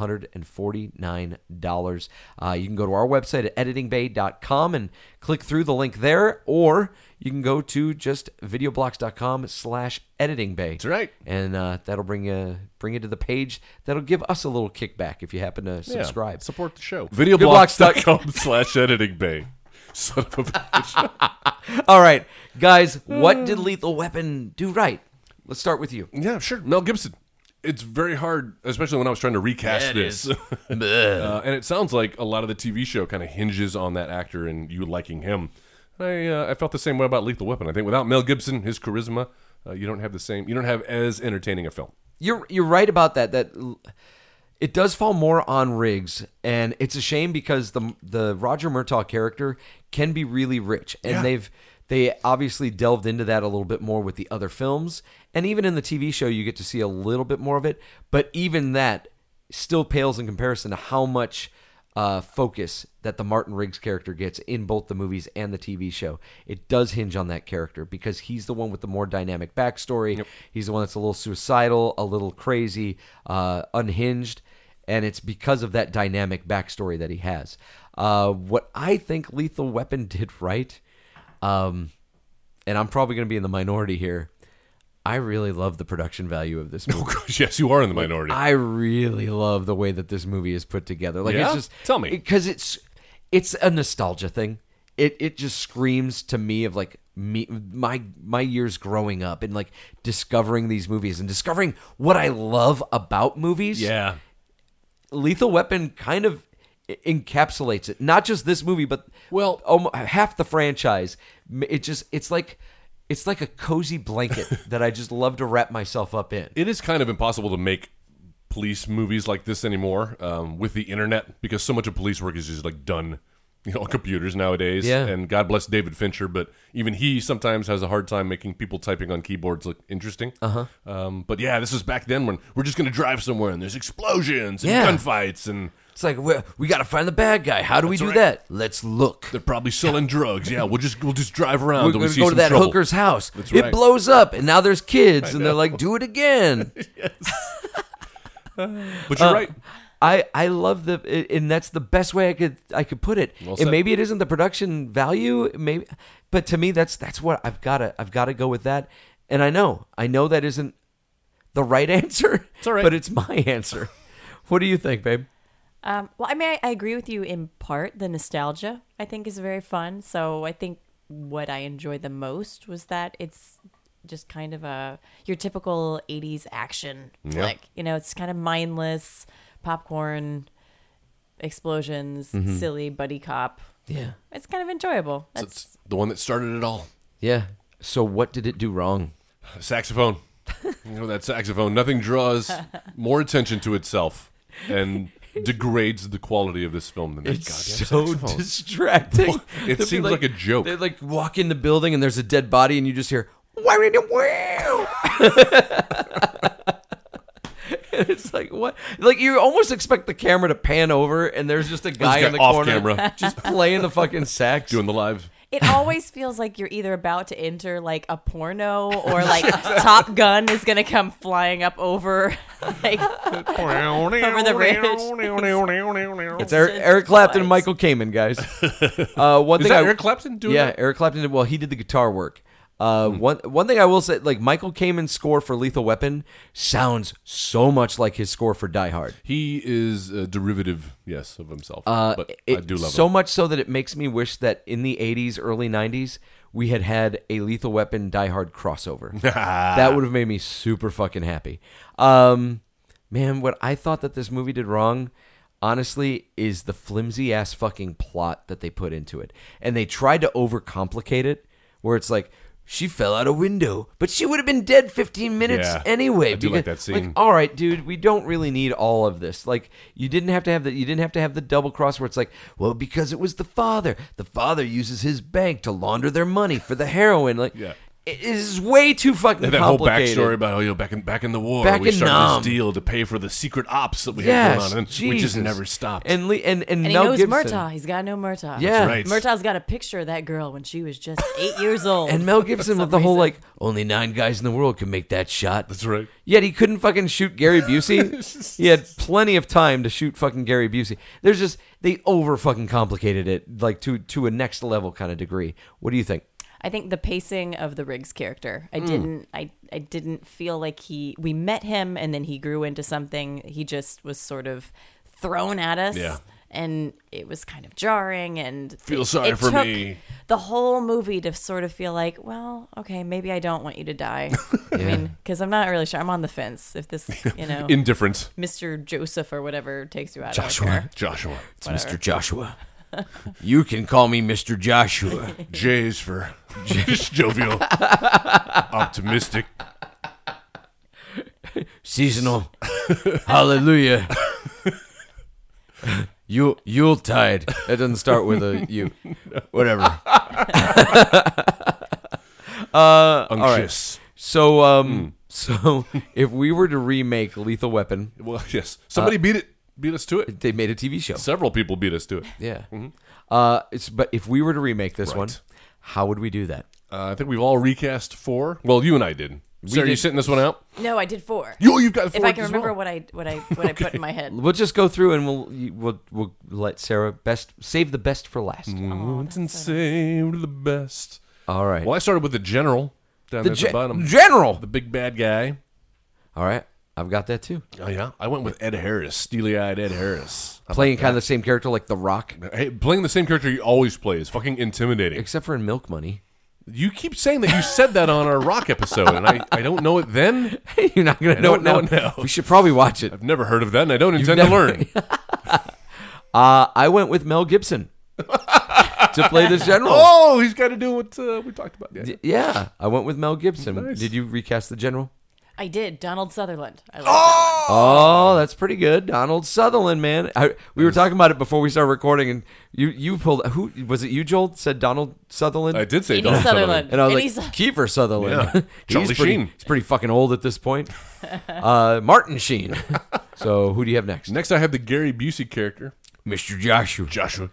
[SPEAKER 4] $149. Uh, you can go to our website at editingbay.com and click through the link there, or you can go to just videoblocks.com slash editingbay. That's
[SPEAKER 3] right.
[SPEAKER 4] And uh, that'll bring you, bring you to the page. That'll give us a little kickback if you happen to
[SPEAKER 3] Yeah,
[SPEAKER 4] subscribe.
[SPEAKER 3] Support the show.
[SPEAKER 4] Videoblocks.com
[SPEAKER 3] Videoblocks.com slash editing bay. Son of a bitch.
[SPEAKER 4] All right, guys, what did Lethal Weapon do right? Let's start with you.
[SPEAKER 3] yeah, sure. Mel Gibson. It's very hard, especially when I was trying to recast this. Uh, and it sounds like a lot of the TV show kind of hinges on that actor and you liking him. I uh, I felt the same way about Lethal Weapon. I think without Mel Gibson, his charisma, uh, you don't have the same. You don't have as entertaining a film.
[SPEAKER 4] You're you're right about that. That l- it does fall more on Riggs, and it's a shame because the the Roger Murtaugh character can be really rich, and they've they obviously delved into that a little bit more with the other films, and even in the TV show, you get to see a little bit more of it. But even that still pales in comparison to how much uh, focus that the Martin Riggs character gets in both the movies and the TV show. It does hinge on that character because he's the one with the more dynamic backstory. He's the one that's a little suicidal, a little crazy, uh, unhinged, and it's because of that dynamic backstory that he has. Uh, what I think Lethal Weapon did right, um, and I'm probably going to be in the minority here. I really love the production value of this movie.
[SPEAKER 3] Gosh, yes, you are in the minority.
[SPEAKER 4] I really love the way that this movie is put together. Like it's
[SPEAKER 3] Yeah?
[SPEAKER 4] just
[SPEAKER 3] Tell me.
[SPEAKER 4] because it's it's a nostalgia thing. It it just screams to me of like me my my years growing up and like discovering these movies and discovering what I love about movies.
[SPEAKER 3] yeah,
[SPEAKER 4] Lethal Weapon kind of e- encapsulates it. Not just this movie, but
[SPEAKER 3] Well-
[SPEAKER 4] almost, half the franchise. M- It just it's like it's like a cozy blanket that I just love to wrap myself up in.
[SPEAKER 3] it is kind of impossible to make police movies like this anymore um, with the internet because so much of police work is just like done you know on computers nowadays
[SPEAKER 4] Yeah.
[SPEAKER 3] and god bless david fincher but even he sometimes has a hard time making people typing on keyboards look interesting uh-huh um, but yeah this is back then when we're just gonna drive somewhere and there's explosions and
[SPEAKER 4] Yeah.
[SPEAKER 3] gunfights and
[SPEAKER 4] It's like we, we got to find the bad guy. How do we do
[SPEAKER 3] right.
[SPEAKER 4] that? Let's look.
[SPEAKER 3] they're probably selling drugs yeah we'll just we'll just drive around
[SPEAKER 4] We're
[SPEAKER 3] till we
[SPEAKER 4] going to
[SPEAKER 3] see
[SPEAKER 4] go to
[SPEAKER 3] some
[SPEAKER 4] that
[SPEAKER 3] trouble.
[SPEAKER 4] hooker's house.
[SPEAKER 3] That's
[SPEAKER 4] It
[SPEAKER 3] right.
[SPEAKER 4] blows up, and now there's kids, and they're
[SPEAKER 3] know.
[SPEAKER 4] like, "Do it again."
[SPEAKER 3] but
[SPEAKER 4] uh,
[SPEAKER 3] you're right
[SPEAKER 4] I I love the, it- and that's the best way I could I could put it. and
[SPEAKER 3] said.
[SPEAKER 4] maybe it isn't the production value, maybe, but to me, that's that's what I've got to I've got to go with that. And I know I know that isn't the right answer. It's
[SPEAKER 3] all right.
[SPEAKER 4] but it's my answer. What do you think, babe?
[SPEAKER 5] Um, well, I mean, I, I agree with you in part. The nostalgia, I think, is very fun. So I think what I enjoyed the most was that it's just kind of a your typical '80s action flick. You know, it's kind of mindless popcorn explosions, silly buddy cop.
[SPEAKER 4] Yeah,
[SPEAKER 5] It's kind of enjoyable. That's
[SPEAKER 3] it's the one that started it all
[SPEAKER 4] yeah. So what did it do wrong?
[SPEAKER 3] saxophone. you know that saxophone. Nothing draws more attention to itself and degrades the quality of this film than that
[SPEAKER 4] It's so
[SPEAKER 3] goddamn saxophone.
[SPEAKER 4] distracting.
[SPEAKER 3] It
[SPEAKER 4] They'll be
[SPEAKER 3] seems like a joke.
[SPEAKER 4] They like walk in the building and there's a dead body and you just hear "Wow, wow, wow." it's like what? Like you almost expect the camera to pan over, and there's just a guy
[SPEAKER 3] guy
[SPEAKER 4] in the
[SPEAKER 3] off
[SPEAKER 4] corner
[SPEAKER 3] camera.
[SPEAKER 4] just playing the fucking sax.
[SPEAKER 3] doing the live.
[SPEAKER 5] It always feels like you're either about to enter like a porno or like Top Gun is gonna come flying up over like over the ridge.
[SPEAKER 4] it's Eric,
[SPEAKER 5] just
[SPEAKER 4] Eric Clapton and
[SPEAKER 5] lights.
[SPEAKER 4] Michael Kamen, guys. Uh, one
[SPEAKER 3] Is
[SPEAKER 4] thing
[SPEAKER 3] that
[SPEAKER 4] I,
[SPEAKER 3] Eric Clapton doing
[SPEAKER 4] yeah,
[SPEAKER 3] that? Hmm.
[SPEAKER 4] Eric Clapton did well. He did the guitar work. Uh, One one thing I will say, like Michael Kamen's score for Lethal Weapon sounds so much like his score for Die Hard.
[SPEAKER 3] He is a derivative, yes, of himself. but I
[SPEAKER 4] Uh, It-
[SPEAKER 3] do love
[SPEAKER 4] so
[SPEAKER 3] him.
[SPEAKER 4] much so that it makes me wish that in the 80s, early 90s, we had had a Lethal Weapon Die Hard crossover. that would have made me super fucking happy. Um, man, what I thought that this movie did wrong, honestly, is the flimsy ass fucking plot that they put into it. And they tried to overcomplicate it, where it's like, she fell out a window, but she would have been dead 15 minutes
[SPEAKER 3] Yeah.
[SPEAKER 4] anyway.
[SPEAKER 3] I do like that scene.
[SPEAKER 4] all right, dude, we don't really need all of this. Like, you didn't have to have the you didn't have to have the double cross where it's like, well, because it was the father. The father uses his bank to launder their money for the heroin. Like,
[SPEAKER 3] Yeah.
[SPEAKER 4] it is way too fucking
[SPEAKER 3] And that whole
[SPEAKER 4] complicated.
[SPEAKER 3] backstory about oh, you know, back in back in the war,
[SPEAKER 4] Back
[SPEAKER 3] we
[SPEAKER 4] in
[SPEAKER 3] started
[SPEAKER 4] Nam.
[SPEAKER 3] this deal to pay for the secret ops that we had
[SPEAKER 4] yes,
[SPEAKER 3] going on, and
[SPEAKER 4] Jesus.
[SPEAKER 3] we just never stopped.
[SPEAKER 4] And Lee, and and,
[SPEAKER 5] And he
[SPEAKER 4] Mel
[SPEAKER 5] knows
[SPEAKER 4] Gibson.
[SPEAKER 5] Murtaugh. He's got no Murtaugh.
[SPEAKER 4] Yeah,
[SPEAKER 3] right.
[SPEAKER 5] Murtaugh's got a picture of that girl when she was just eight years old.
[SPEAKER 4] and Mel Gibson with the whole
[SPEAKER 5] reason.
[SPEAKER 4] like only nine guys in the world can make that shot.
[SPEAKER 3] That's right.
[SPEAKER 4] Yet he couldn't fucking shoot Gary Busey. he had plenty of time to shoot fucking Gary Busey. There's just they over fucking complicated it like to to a next level kind of degree. What do you think?
[SPEAKER 5] I think the pacing of the Riggs character.
[SPEAKER 4] Mm.
[SPEAKER 5] I didn't I, I didn't feel like he we met him and then he grew into something. He just was sort of thrown at us.
[SPEAKER 3] Yeah.
[SPEAKER 5] And it was kind of jarring and
[SPEAKER 3] Feel
[SPEAKER 5] it-
[SPEAKER 3] sorry
[SPEAKER 5] it
[SPEAKER 3] for
[SPEAKER 5] took
[SPEAKER 3] me.
[SPEAKER 5] The whole movie to sort of feel like, well, okay, maybe I don't want you to die. I mean, because I'm not really sure. I'm on the fence. If this, you know,
[SPEAKER 3] Indifferent,
[SPEAKER 5] Mr. Joseph or whatever takes you out
[SPEAKER 4] Joshua.
[SPEAKER 5] of care.
[SPEAKER 3] Joshua.
[SPEAKER 4] It's Mr. Joshua. you can call me Mr. Joshua.
[SPEAKER 3] J's for just jovial, optimistic.
[SPEAKER 4] Seasonal. Hallelujah. you Yuletide. That doesn't start with a U. Whatever.
[SPEAKER 3] Unctuous.
[SPEAKER 4] So
[SPEAKER 3] Hmm.
[SPEAKER 4] um so if we were to remake Lethal Weapon,
[SPEAKER 3] Well, yes. Somebody beat it. Beat us to it.
[SPEAKER 4] they made a TV show.
[SPEAKER 3] Several people beat us to it.
[SPEAKER 4] Yeah. Uh, it's but if we were to remake this one, how would we do that?
[SPEAKER 3] Uh, I think we've all recast four. Well, you and I did. Sarah, you
[SPEAKER 4] did-
[SPEAKER 3] sitting this one out?
[SPEAKER 5] No, I did four.
[SPEAKER 3] You, you've got four.
[SPEAKER 5] if I can
[SPEAKER 3] as
[SPEAKER 5] remember
[SPEAKER 3] well.
[SPEAKER 5] what I what I what I put in my head.
[SPEAKER 4] We'll just go through and we'll you- we'll we'll let Sarah best save the best for last.
[SPEAKER 3] Once and saved the best.
[SPEAKER 4] All right.
[SPEAKER 3] Well, I started with the general down there at
[SPEAKER 4] gen-
[SPEAKER 3] the bottom.
[SPEAKER 4] general.
[SPEAKER 3] the big bad guy.
[SPEAKER 4] All right. I've got that too.
[SPEAKER 3] Oh yeah, I went with Ed Harris, steely-eyed Ed Harris.
[SPEAKER 4] Playing kind of the same character like The Rock,
[SPEAKER 3] Hey, playing the same character you always play is fucking intimidating.
[SPEAKER 4] except for in Milk Money.
[SPEAKER 3] You keep saying that you said that on our Rock episode, and I, I don't know it then.
[SPEAKER 4] You're not gonna
[SPEAKER 3] I
[SPEAKER 4] know it
[SPEAKER 3] don't know
[SPEAKER 4] now.
[SPEAKER 3] it now.
[SPEAKER 4] We should probably watch it.
[SPEAKER 3] I've never heard of that, and I don't intend to
[SPEAKER 4] never-
[SPEAKER 3] learn.
[SPEAKER 4] Uh, I went with Mel Gibson to play the general.
[SPEAKER 3] Oh, he's got to do what uh, we talked about. Yeah.
[SPEAKER 4] D- Yeah, I went with Mel Gibson. Did you recast the general?
[SPEAKER 5] I did. Donald Sutherland. I love
[SPEAKER 4] Oh, that's pretty good, Donald Sutherland, man. I, we were talking about it before we started recording, and you you pulled who was it? You Joel said Donald Sutherland,
[SPEAKER 3] I did say
[SPEAKER 5] Amy
[SPEAKER 3] Donald Sutherland.
[SPEAKER 5] Sutherland.
[SPEAKER 4] and I was
[SPEAKER 5] And
[SPEAKER 4] like
[SPEAKER 5] he's-
[SPEAKER 4] Kiefer Sutherland.
[SPEAKER 3] Yeah.
[SPEAKER 4] he's
[SPEAKER 3] Charlie
[SPEAKER 4] pretty,
[SPEAKER 3] Sheen.
[SPEAKER 4] He's pretty fucking old at this point. Uh, Martin Sheen. so who do you have next?
[SPEAKER 3] Next, I have the Gary Busey character,
[SPEAKER 4] Mr. Joshua.
[SPEAKER 3] Joshua.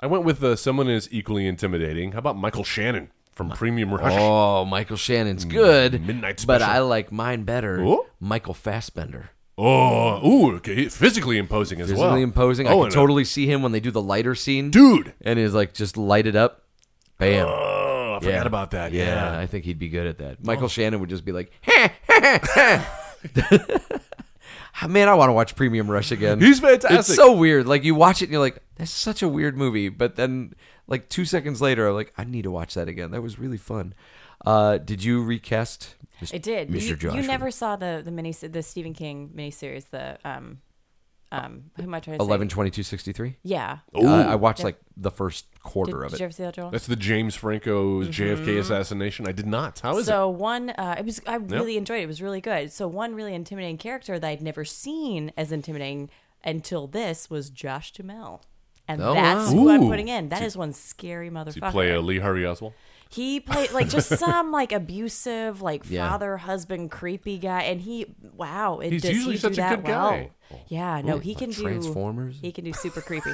[SPEAKER 3] I went with uh, someone who is equally intimidating. How about Michael Shannon from Premium Rush?
[SPEAKER 4] Oh, Michael Shannon's good,
[SPEAKER 3] Midnight
[SPEAKER 4] but
[SPEAKER 3] Special.
[SPEAKER 4] I like mine better.
[SPEAKER 3] Ooh.
[SPEAKER 4] Michael Fassbender.
[SPEAKER 3] Oh, ooh, okay. physically imposing as well.
[SPEAKER 4] Physically imposing. I
[SPEAKER 3] Oh,
[SPEAKER 4] can
[SPEAKER 3] and a-
[SPEAKER 4] totally see him when they do the lighter scene,
[SPEAKER 3] dude.
[SPEAKER 4] and he's like just lighted up. Bam.
[SPEAKER 3] Oh, I forgot about that. Yeah. Oh.
[SPEAKER 4] I think he'd be good at that. Michael Shannon would just be like, man, I want to watch Premium Rush again.
[SPEAKER 3] He's fantastic.
[SPEAKER 4] It's so weird. Like you watch it and you're like, that's such a weird movie. But then, like two seconds later, I'm like, I need to watch that again. That was really fun. Uh, did you recast?
[SPEAKER 5] I did.
[SPEAKER 4] Mr.
[SPEAKER 5] You,
[SPEAKER 4] Joshua.
[SPEAKER 5] you never saw the the mini the Stephen King miniseries. The um, um, who am I trying to
[SPEAKER 4] Eleven
[SPEAKER 5] say?
[SPEAKER 4] twenty two sixty three.
[SPEAKER 5] Yeah.
[SPEAKER 4] Uh, I watched like the first
[SPEAKER 5] Did,
[SPEAKER 4] quarter of
[SPEAKER 5] did
[SPEAKER 4] it.
[SPEAKER 5] you ever see that, Joel?
[SPEAKER 3] That's the James
[SPEAKER 4] Mm-hmm.
[SPEAKER 3] Franco JFK assassination. I did not. How is
[SPEAKER 5] so one, uh, it was I really enjoyed it. It was really good. So one really intimidating character that I'd never seen as intimidating until this was Josh Duhamel, and
[SPEAKER 4] Oh,
[SPEAKER 5] that's
[SPEAKER 4] wow.
[SPEAKER 5] who I'm
[SPEAKER 3] Ooh.
[SPEAKER 5] putting in. That is one scary motherfucker.
[SPEAKER 3] it? Did you play a uh, Lee Harvey Oswald?
[SPEAKER 5] He played like just some like abusive, like
[SPEAKER 4] Yeah.
[SPEAKER 5] father, husband, creepy guy, and he wow, it,
[SPEAKER 3] He's
[SPEAKER 5] does
[SPEAKER 3] usually
[SPEAKER 5] he
[SPEAKER 3] such
[SPEAKER 5] do
[SPEAKER 3] a
[SPEAKER 5] that
[SPEAKER 3] good
[SPEAKER 5] well.
[SPEAKER 3] guy.
[SPEAKER 5] Yeah, no, he can do
[SPEAKER 4] Oh. Transformers?
[SPEAKER 5] He can do super creepy.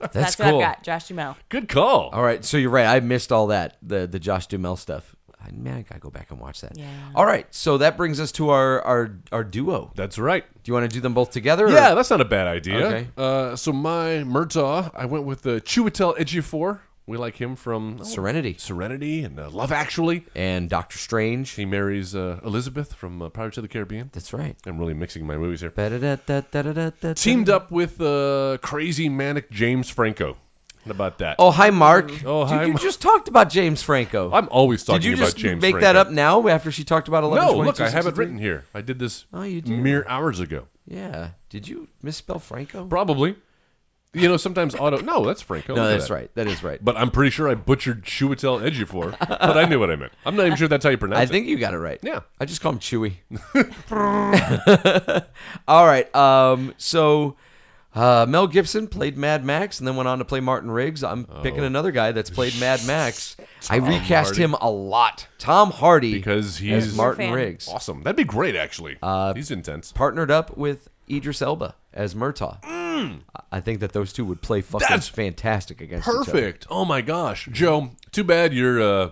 [SPEAKER 4] That's,
[SPEAKER 5] That's what
[SPEAKER 4] cool.
[SPEAKER 5] I've got, Josh Dumel.
[SPEAKER 3] Good call.
[SPEAKER 4] All right, so you're right. I missed all that the the Josh Dumel stuff. I, man, I gotta go back and watch that.
[SPEAKER 5] Yeah.
[SPEAKER 4] All right, so that brings us to our our our duo. Do
[SPEAKER 3] That's right.
[SPEAKER 4] you want to do them both together? or-
[SPEAKER 3] Yeah, that's not a bad idea.
[SPEAKER 4] Okay.
[SPEAKER 3] Uh, so my Murtaugh, I went with uh, Chiwetel Ejiofor. We like him from
[SPEAKER 4] Serenity
[SPEAKER 3] Serenity and uh, Love Actually.
[SPEAKER 4] and Doctor Strange.
[SPEAKER 3] He marries uh, Elizabeth from uh, Pirates of the Caribbean.
[SPEAKER 4] That's right.
[SPEAKER 3] I'm really mixing my movies here.
[SPEAKER 4] Ba-da-da-da-da-da-da-da.
[SPEAKER 3] Teamed up with uh, crazy manic James Franco. What about that?
[SPEAKER 4] Oh, hi, Mark.
[SPEAKER 3] Oh,
[SPEAKER 4] Dude,
[SPEAKER 3] hi,
[SPEAKER 4] You
[SPEAKER 3] Mark.
[SPEAKER 4] just talked about James Franco.
[SPEAKER 3] I'm always talking
[SPEAKER 4] Did you
[SPEAKER 3] about
[SPEAKER 4] just
[SPEAKER 3] James
[SPEAKER 4] make
[SPEAKER 3] Franco.
[SPEAKER 4] that up now after she talked about 11?
[SPEAKER 3] No, look, I have it written here. I did this
[SPEAKER 4] Oh, you did.
[SPEAKER 3] mere hours ago.
[SPEAKER 4] Yeah. Did you misspell Franco?
[SPEAKER 3] Probably. You know, sometimes auto. No, that's Franco.
[SPEAKER 4] No,
[SPEAKER 3] Look at
[SPEAKER 4] that's
[SPEAKER 3] that.
[SPEAKER 4] right. That is right.
[SPEAKER 3] But I'm pretty sure I butchered Chuatel Ejiofor, but I knew what I meant. I'm not even sure that's how you pronounce
[SPEAKER 4] I
[SPEAKER 3] it.
[SPEAKER 4] think you got it right.
[SPEAKER 3] Yeah.
[SPEAKER 4] I just call him Chewy. All right. Um, so uh, Mel Gibson played Mad Max and then went on to play Martin Riggs. I'm picking another guy that's played Mad Max. I recast
[SPEAKER 3] Oh. Hardy.
[SPEAKER 4] him a lot. Tom Hardy.
[SPEAKER 3] Because
[SPEAKER 4] as
[SPEAKER 3] he's
[SPEAKER 4] Martin
[SPEAKER 5] Fan.
[SPEAKER 4] Riggs.
[SPEAKER 3] awesome. That'd be great, actually.
[SPEAKER 4] Uh,
[SPEAKER 3] he's intense.
[SPEAKER 4] Partnered up with Idris Elba as Murtaugh. I- I think that those two would play fucking
[SPEAKER 3] Mm. That's
[SPEAKER 4] fantastic against each other.
[SPEAKER 3] Perfect. Oh my gosh, Joe. Too bad your uh,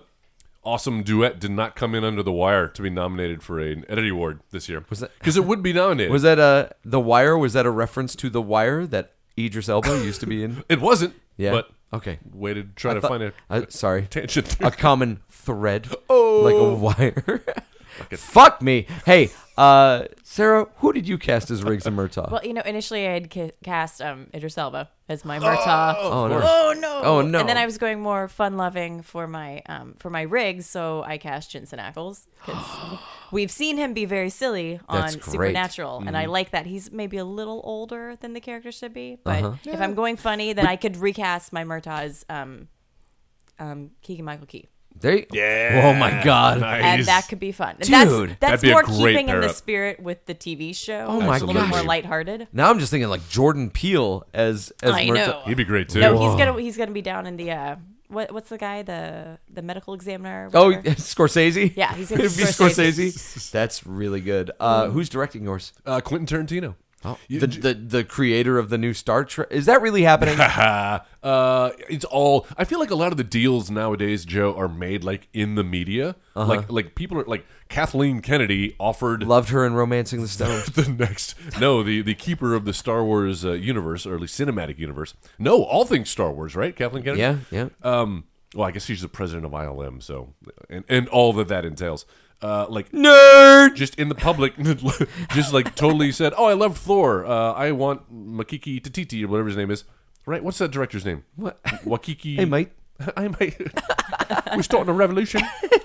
[SPEAKER 3] awesome duet did not come in under the wire to be nominated for an Eddie Award this year. Was
[SPEAKER 4] that-
[SPEAKER 3] because it would be nominated?
[SPEAKER 4] Was that uh The Wire? Was that a reference to The Wire that Idris Elba used to be in?
[SPEAKER 3] it wasn't.
[SPEAKER 4] Yeah.
[SPEAKER 3] But
[SPEAKER 4] okay.
[SPEAKER 3] waited to try to
[SPEAKER 4] Thought-
[SPEAKER 3] find a
[SPEAKER 4] I- Uh, sorry.
[SPEAKER 3] tangent. There.
[SPEAKER 4] a common thread. Oh, like a wire. Fuck me. Hey, uh, Sarah, who did you cast as Riggs and Murtaugh?
[SPEAKER 5] Well, you know, initially I had ca- cast um, Idris Elba as my Murtaugh.
[SPEAKER 4] oh no.
[SPEAKER 5] Oh no!
[SPEAKER 4] Oh, no.
[SPEAKER 5] And then I was going more fun loving for my um for my rigs, so I cast Jensen Ackles because we've seen him be very silly on
[SPEAKER 4] That's great. Mm-hmm.
[SPEAKER 5] Supernatural, and I like that he's maybe a little older than the character should be. But
[SPEAKER 4] Uh-huh.
[SPEAKER 5] if I'm going funny, then I could recast my Murtaugh as um um Keegan Michael Key,
[SPEAKER 4] There you- Oh my god.
[SPEAKER 5] and
[SPEAKER 3] Nice.
[SPEAKER 5] that could be fun. And
[SPEAKER 4] Dude.
[SPEAKER 5] that's
[SPEAKER 3] That'd
[SPEAKER 5] that's
[SPEAKER 3] be a
[SPEAKER 5] more
[SPEAKER 3] great
[SPEAKER 5] keeping in
[SPEAKER 3] pair
[SPEAKER 5] the
[SPEAKER 3] up.
[SPEAKER 5] spirit with the TV show.
[SPEAKER 4] Oh, my
[SPEAKER 5] a little bit more
[SPEAKER 4] gosh.
[SPEAKER 5] lighthearted.
[SPEAKER 4] Now I'm just thinking like Jordan Peele as as
[SPEAKER 5] I
[SPEAKER 4] Murtaugh.
[SPEAKER 5] know.
[SPEAKER 3] He'd be great too.
[SPEAKER 5] No, he's gonna he's gonna be down in the uh, what what's the guy the the medical examiner? or
[SPEAKER 4] Oh,
[SPEAKER 5] whatever?
[SPEAKER 4] Scorsese.
[SPEAKER 5] Yeah, he's
[SPEAKER 4] It'd
[SPEAKER 5] gonna
[SPEAKER 4] be
[SPEAKER 5] be
[SPEAKER 4] Scorsese.
[SPEAKER 5] Scorsese.
[SPEAKER 4] That's really good. Uh, who's directing yours?
[SPEAKER 3] uh, Quentin Tarantino.
[SPEAKER 4] Oh,
[SPEAKER 3] Mm. You-
[SPEAKER 4] the, the the creator of the new Star Trek. Is that really happening?
[SPEAKER 3] uh, it's all. I feel like a lot of the deals nowadays, Joe, are made like in the media.
[SPEAKER 4] Uh-huh.
[SPEAKER 3] Like, like people are like Kathleen Kennedy offered
[SPEAKER 4] Loved her in Romancing the Stone.
[SPEAKER 3] the next. No, the the keeper of the Star Wars uh, universe, or at least cinematic universe. No, all things Star Wars, right? Kathleen Kennedy.
[SPEAKER 4] yeah, yeah.
[SPEAKER 3] Um. Well, I guess she's the president of ILM, so and and all that that entails. Uh, like
[SPEAKER 4] Nerd.
[SPEAKER 3] just in the public, just like totally said, "Oh, I love Thor. Uh, I want Makiki Tatiti or whatever his name is." Right? What's that director's name?
[SPEAKER 4] What?
[SPEAKER 3] Wakiki.
[SPEAKER 4] Hey, mate.
[SPEAKER 3] Hey, mate. We're starting a revolution,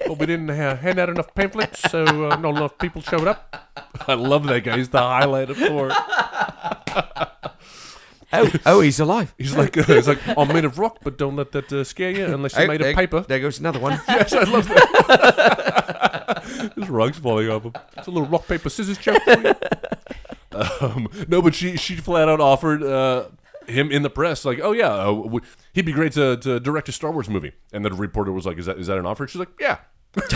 [SPEAKER 3] but we didn't uh, hand out enough pamphlets, so uh, not enough people showed up. I love that guy. He's the highlight of Thor.
[SPEAKER 4] Oh, oh, he's alive.
[SPEAKER 3] He's like, uh, he's like, I'm made of rock, but don't let that uh, scare you unless you're
[SPEAKER 4] Oh,
[SPEAKER 3] made of
[SPEAKER 4] there-
[SPEAKER 3] paper.
[SPEAKER 4] There goes another one.
[SPEAKER 3] Yes, I love that. His rug's falling off him. It's a little rock paper scissors joke. For you. Um, no, but she she flat out offered uh, him in the press like, oh yeah, uh, w- he'd be great to, to direct a Star Wars movie. And the reporter was like, is that is that an offer? She's like, yeah.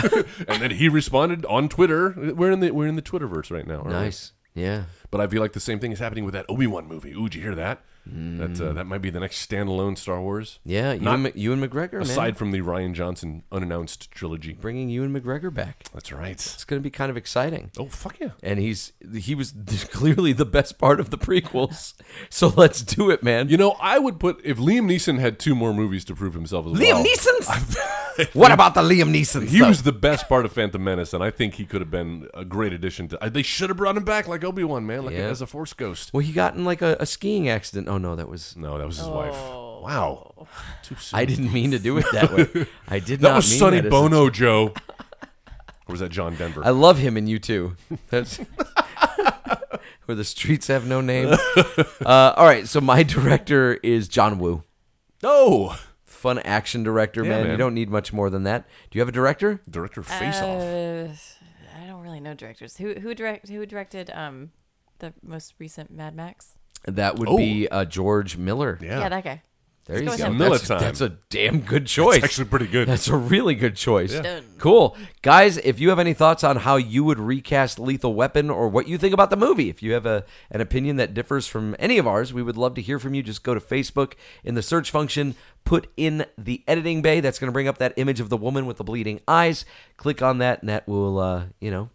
[SPEAKER 3] and then he responded on Twitter. We're in the we're in the Twitterverse right now. aren't we?
[SPEAKER 4] Nice. Yeah.
[SPEAKER 3] But I feel like the same thing is happening with that Obi Wan movie. Ooh, did you hear that? That uh, that might be the next standalone Star Wars.
[SPEAKER 4] Yeah. You
[SPEAKER 3] Not-
[SPEAKER 4] and, Mc- you and McGregor, man.
[SPEAKER 3] Aside from the Ryan Johnson unannounced trilogy.
[SPEAKER 4] Bringing you and McGregor back.
[SPEAKER 3] That's right.
[SPEAKER 4] It's going to be kind of exciting.
[SPEAKER 3] Oh fuck yeah!
[SPEAKER 4] And he's he was clearly the best part of the prequels. so let's do it, man.
[SPEAKER 3] You know, I would put if Liam Neeson had two more movies to prove himself as well.
[SPEAKER 4] Liam Neeson. what about the Liam Neeson?
[SPEAKER 3] He was the best part of Phantom Menace, and I think he could have been a great addition to. I- They should have brought him back like Obi Wan, man, like
[SPEAKER 4] Yeah.
[SPEAKER 3] as a Force ghost.
[SPEAKER 4] Well, he got in like a, a skiing accident. Oh no, that was.
[SPEAKER 3] No, that was his wife. Wow, too soon.
[SPEAKER 4] I didn't mean to do it that way. I did
[SPEAKER 3] That
[SPEAKER 4] not.
[SPEAKER 3] was
[SPEAKER 4] mean
[SPEAKER 3] Sonny
[SPEAKER 4] that as a-
[SPEAKER 3] Bono, Joe. Or was that John Denver?
[SPEAKER 4] I love him in you too. That's where the streets have no name. Uh, all right, so my director is John Woo.
[SPEAKER 3] no,
[SPEAKER 4] Fun action director, man. You
[SPEAKER 3] man.
[SPEAKER 4] don't need much more than that. Do you have a director?
[SPEAKER 3] director of Face Off.
[SPEAKER 5] Uh, I don't really know directors. Who who direct who directed um the most recent Mad Max?
[SPEAKER 4] That would
[SPEAKER 3] Oh.
[SPEAKER 4] be uh, George Miller.
[SPEAKER 3] Yeah.
[SPEAKER 5] Yeah, that guy.
[SPEAKER 4] There you
[SPEAKER 5] go
[SPEAKER 4] go.
[SPEAKER 5] with
[SPEAKER 3] Millet
[SPEAKER 4] That's,
[SPEAKER 3] time.
[SPEAKER 4] that's a damn good choice.
[SPEAKER 3] actually pretty good.
[SPEAKER 4] That's a really good choice.
[SPEAKER 5] Done.
[SPEAKER 4] Cool. Guys, if you have any thoughts on how you would recast Lethal Weapon or what you think about the movie, if you have a, an opinion that differs from any of ours, we would love to hear from you. Just go to Facebook in the search function, put in the editing bay. That's going to bring up that image of the woman with the bleeding eyes. Click on that, and that will, uh, you know,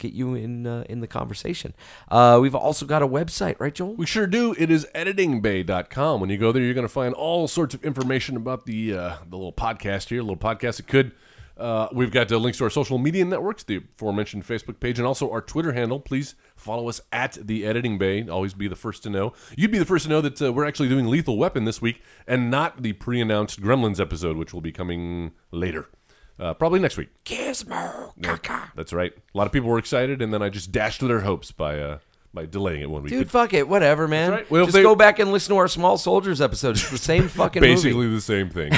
[SPEAKER 4] get you in uh, in the conversation. Uh, we've also got a website, right, Joel?
[SPEAKER 3] We sure do. It is editingbay.com. When you go there, you're going to find all sorts of information about the uh, the little podcast here, little podcast that could. Uh, we've got uh, links to our social media networks, the aforementioned Facebook page, and also our Twitter handle. Please follow us at the Editing Bay. Always be the first to know. You'd be the first to know that uh, we're actually doing Lethal Weapon this week, and not the pre-announced Gremlins episode, which will be coming later, uh, probably next week.
[SPEAKER 4] Gizmo.
[SPEAKER 3] That's right. A lot of people were excited, and then I just dashed their hopes by uh, by delaying it one week.
[SPEAKER 4] Dude, fuck it, whatever, man.
[SPEAKER 3] right. Well, if
[SPEAKER 4] Just
[SPEAKER 3] they-
[SPEAKER 4] go back and listen to our Small Soldiers episode. It's the same fucking movie.
[SPEAKER 3] basically the same thing.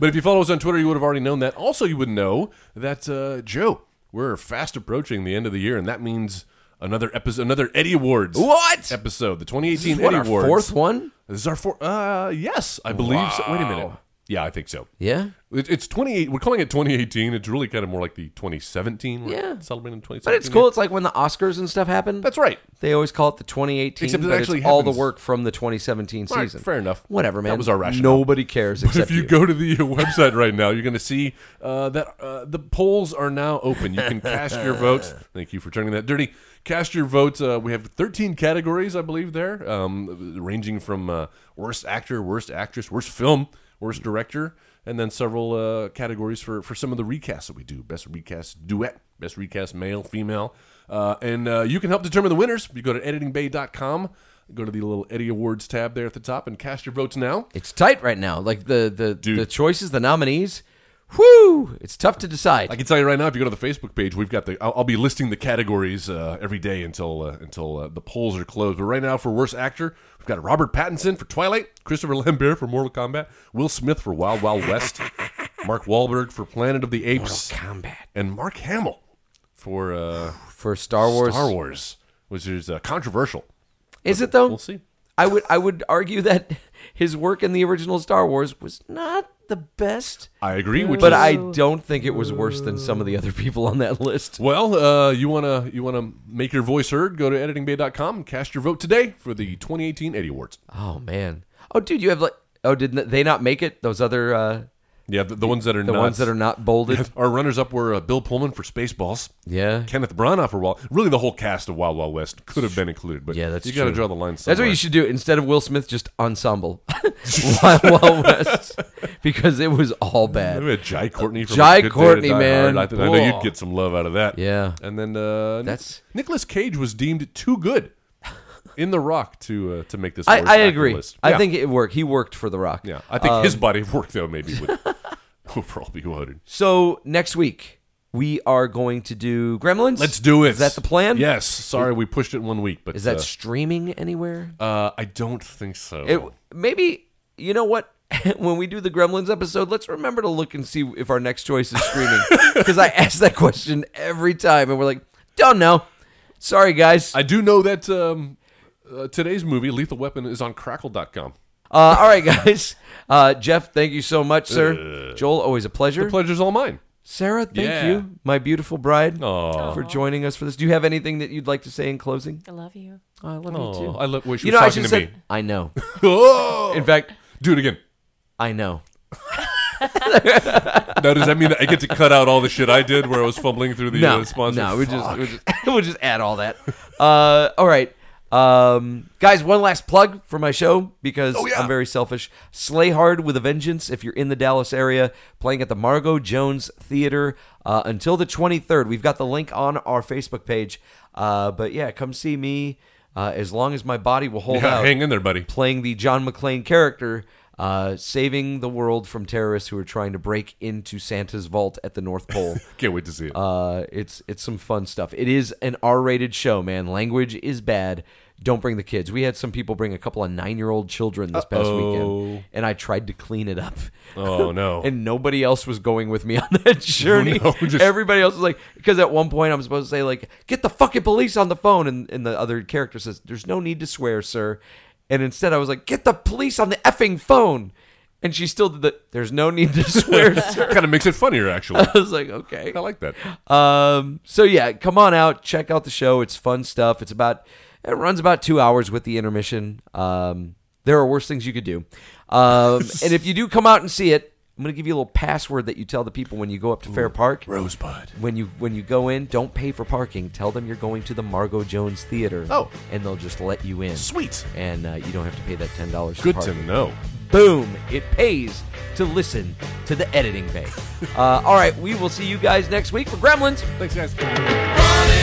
[SPEAKER 3] but if you follow us on Twitter, you would have already known that. Also, you would know that uh, Joe, we're fast approaching the end of the year, and that means another episode, another Eddie Awards.
[SPEAKER 4] What?
[SPEAKER 3] episode? The 2018
[SPEAKER 4] This is what,
[SPEAKER 3] Eddie
[SPEAKER 4] our
[SPEAKER 3] Awards.
[SPEAKER 4] fourth one?
[SPEAKER 3] This is our fourth. Uh, yes, I believe. so. Wait a minute. Yeah, I think so.
[SPEAKER 4] Yeah.
[SPEAKER 3] It, it's 28. We're calling it 2018. It's really kind of more like the 2017. We're
[SPEAKER 4] Yeah.
[SPEAKER 3] celebrating 2017.
[SPEAKER 4] But it's cool. It's like when the Oscars and stuff happen.
[SPEAKER 3] That's right.
[SPEAKER 4] They always call it the 2018,
[SPEAKER 3] Except it
[SPEAKER 4] but
[SPEAKER 3] actually
[SPEAKER 4] it's all the
[SPEAKER 3] happens-
[SPEAKER 4] work from the 2017
[SPEAKER 3] All right,
[SPEAKER 4] season.
[SPEAKER 3] fair enough.
[SPEAKER 4] Whatever,
[SPEAKER 3] That
[SPEAKER 4] man.
[SPEAKER 3] was our rationale.
[SPEAKER 4] Nobody cares
[SPEAKER 3] But
[SPEAKER 4] except
[SPEAKER 3] if you,
[SPEAKER 4] you.
[SPEAKER 3] go to the website right now, you're going to see uh, that uh, the polls are now open. You can cast your votes. Thank you for turning that dirty. Cast your votes. Uh, we have 13 categories, I believe, there, um, ranging from uh, worst actor, worst actress, worst film, worst director, and then several uh, categories for, for some of the recasts that we do best recast duet, best recast male, female. Uh, and uh, you can help determine the winners. You go to editingbay.com. Go to the little Eddie Awards tab there at the top and cast your votes now.
[SPEAKER 4] It's tight right now. Like the the, the choices, the nominees. Whoo! It's tough to decide.
[SPEAKER 3] I can tell you right now, if you go to the Facebook page, we've got the. I'll, I'll be listing the categories uh, every day until uh, until uh, the polls are closed. But right now, for worst actor, we've got Robert Pattinson for Twilight, Christopher Lambert for Mortal Kombat, Will Smith for Wild Wild West, Mark Wahlberg for Planet of the Apes,
[SPEAKER 4] Combat
[SPEAKER 3] and Mark Hamill for uh,
[SPEAKER 4] for Star Wars.
[SPEAKER 3] Star Wars, which is uh, controversial.
[SPEAKER 4] Is it though?
[SPEAKER 3] We'll see.
[SPEAKER 4] I would I would argue that his work in the original Star Wars was not the best,
[SPEAKER 3] I agree. Which
[SPEAKER 4] but
[SPEAKER 3] is,
[SPEAKER 4] I don't think it was worse than some of the other people on that list.
[SPEAKER 3] Well, uh, you wanna you wanna make your voice heard? Go to editingbay.com and cast your vote today for the 2018 Eddie Awards.
[SPEAKER 4] Oh man. Oh dude, you have like oh did not they not make it? Those other uh
[SPEAKER 3] Yeah, the, the ones that are
[SPEAKER 4] the
[SPEAKER 3] not,
[SPEAKER 4] ones that are not bolded.
[SPEAKER 3] Our runners up were uh, Bill Pullman for Spaceballs.
[SPEAKER 4] Yeah.
[SPEAKER 3] Kenneth Branagh for Wild. Really, the whole cast of Wild Wild West could have been included, but
[SPEAKER 4] Yeah, that's
[SPEAKER 3] you got to
[SPEAKER 4] true.
[SPEAKER 3] draw the line. Somewhere.
[SPEAKER 4] That's what you should do instead of Will Smith, just ensemble Wild Wild West because it was all
[SPEAKER 3] Maybe
[SPEAKER 4] bad.
[SPEAKER 3] a Jai Courtney. From
[SPEAKER 4] Jai
[SPEAKER 3] Good Day to
[SPEAKER 4] Courtney,
[SPEAKER 3] Die
[SPEAKER 4] man.
[SPEAKER 3] Hard. I, think, I know
[SPEAKER 4] Whoa.
[SPEAKER 3] you'd get some love out of that.
[SPEAKER 4] Yeah.
[SPEAKER 3] And then uh,
[SPEAKER 4] That's-
[SPEAKER 3] Nicholas Cage was deemed too good in The Rock to uh, to make this.
[SPEAKER 4] I,
[SPEAKER 3] worst
[SPEAKER 4] I
[SPEAKER 3] actor
[SPEAKER 4] agree.
[SPEAKER 3] list.
[SPEAKER 4] I
[SPEAKER 3] Yeah.
[SPEAKER 4] think um, it worked. He worked for The Rock.
[SPEAKER 3] Yeah, I think his body of work though maybe would overall be voted.
[SPEAKER 4] So next week we are going to do Gremlins.
[SPEAKER 3] Let's do it.
[SPEAKER 4] Is that the plan?
[SPEAKER 3] Yes. Sorry, we pushed it one week, but
[SPEAKER 4] Is that
[SPEAKER 3] uh,
[SPEAKER 4] streaming anywhere?
[SPEAKER 3] uh, I don't think so.
[SPEAKER 4] It, maybe you know what? when we do the Gremlins episode, let's remember to look and see if our next choice is streaming. Because I ask that question every time, and we're like, don't know. Sorry, guys. Uh,
[SPEAKER 3] I do know that um, uh, today's movie, Lethal Weapon, is on crackle.com.
[SPEAKER 4] Uh, all right, guys. Uh, Jeff, thank you so much, sir. Joel, always a pleasure.
[SPEAKER 3] Pleasure's all mine.
[SPEAKER 4] Sarah, thank
[SPEAKER 3] Uh, Yeah.
[SPEAKER 4] you, my beautiful bride, for joining us for this. Do you have anything that you'd like to say in closing?
[SPEAKER 5] I love you.
[SPEAKER 4] Oh, I love
[SPEAKER 3] Oh, I love wish
[SPEAKER 4] You
[SPEAKER 3] you
[SPEAKER 4] know,
[SPEAKER 3] were
[SPEAKER 4] I
[SPEAKER 3] talking to
[SPEAKER 4] should say,
[SPEAKER 3] me.
[SPEAKER 4] I know.
[SPEAKER 3] Oh!
[SPEAKER 4] In fact,
[SPEAKER 3] do it again.
[SPEAKER 4] I know.
[SPEAKER 3] Now, does that mean that I get to cut out all the shit I did where I was fumbling through the
[SPEAKER 4] no,
[SPEAKER 3] uh, sponsors?
[SPEAKER 4] No, we just,
[SPEAKER 3] Fuck.
[SPEAKER 4] we just we'll just add all that. Uh, all right. Um, guys, one last plug for my show because
[SPEAKER 3] Oh, yeah.
[SPEAKER 4] I'm very selfish. Slay Hard with a Vengeance. If you're in the Dallas area, playing at the Margot Jones Theater uh, until the 23rd. We've got the link on our Facebook page. Uh, but yeah, come see me uh, as long as my body will hold
[SPEAKER 3] Yeah,
[SPEAKER 4] out.
[SPEAKER 3] hang in there, buddy.
[SPEAKER 4] Playing the John McClane character, uh, saving the world from terrorists who are trying to break into Santa's vault at the North Pole.
[SPEAKER 3] Can't wait to see it.
[SPEAKER 4] Uh, it's it's some fun stuff. It is an R-rated show, man. Language is bad. Don't bring the kids. We had some people bring a couple of nine-year-old children this past weekend, and I tried to clean it up.
[SPEAKER 3] oh, no.
[SPEAKER 4] And nobody else was going with me on that journey.
[SPEAKER 3] no, just-
[SPEAKER 4] Everybody else was like, because at one point I'm supposed to say like, "Get the fucking police on the phone," and, and the other character says, "There's no need to swear, sir." And instead, I was like, "Get the police on the effing phone." And she still did the. There's no need to swear, sir.
[SPEAKER 3] kind of makes it funnier, actually.
[SPEAKER 4] I was like, okay.
[SPEAKER 3] I like that.
[SPEAKER 4] Um, so yeah, come on out, check out the show. It's fun stuff. It's about it runs about two hours with the intermission. Um, there are worse things you could do. Um, and if you do come out and see it, I'm gonna give you a little password that you tell the people when you go up to Fair Park.
[SPEAKER 3] Rosebud.
[SPEAKER 4] When you when you go in, don't pay for parking. Tell them you're going to the Margot Jones Theater.
[SPEAKER 3] Oh.
[SPEAKER 4] and they'll just let you in.
[SPEAKER 3] Sweet.
[SPEAKER 4] And uh, you don't have to pay that ten dollars.
[SPEAKER 3] Good to
[SPEAKER 4] parking
[SPEAKER 3] know.
[SPEAKER 4] boom, it pays to listen to the editing bay. Uh, all right, we will see you guys next week for Gremlins.
[SPEAKER 3] Thanks, guys.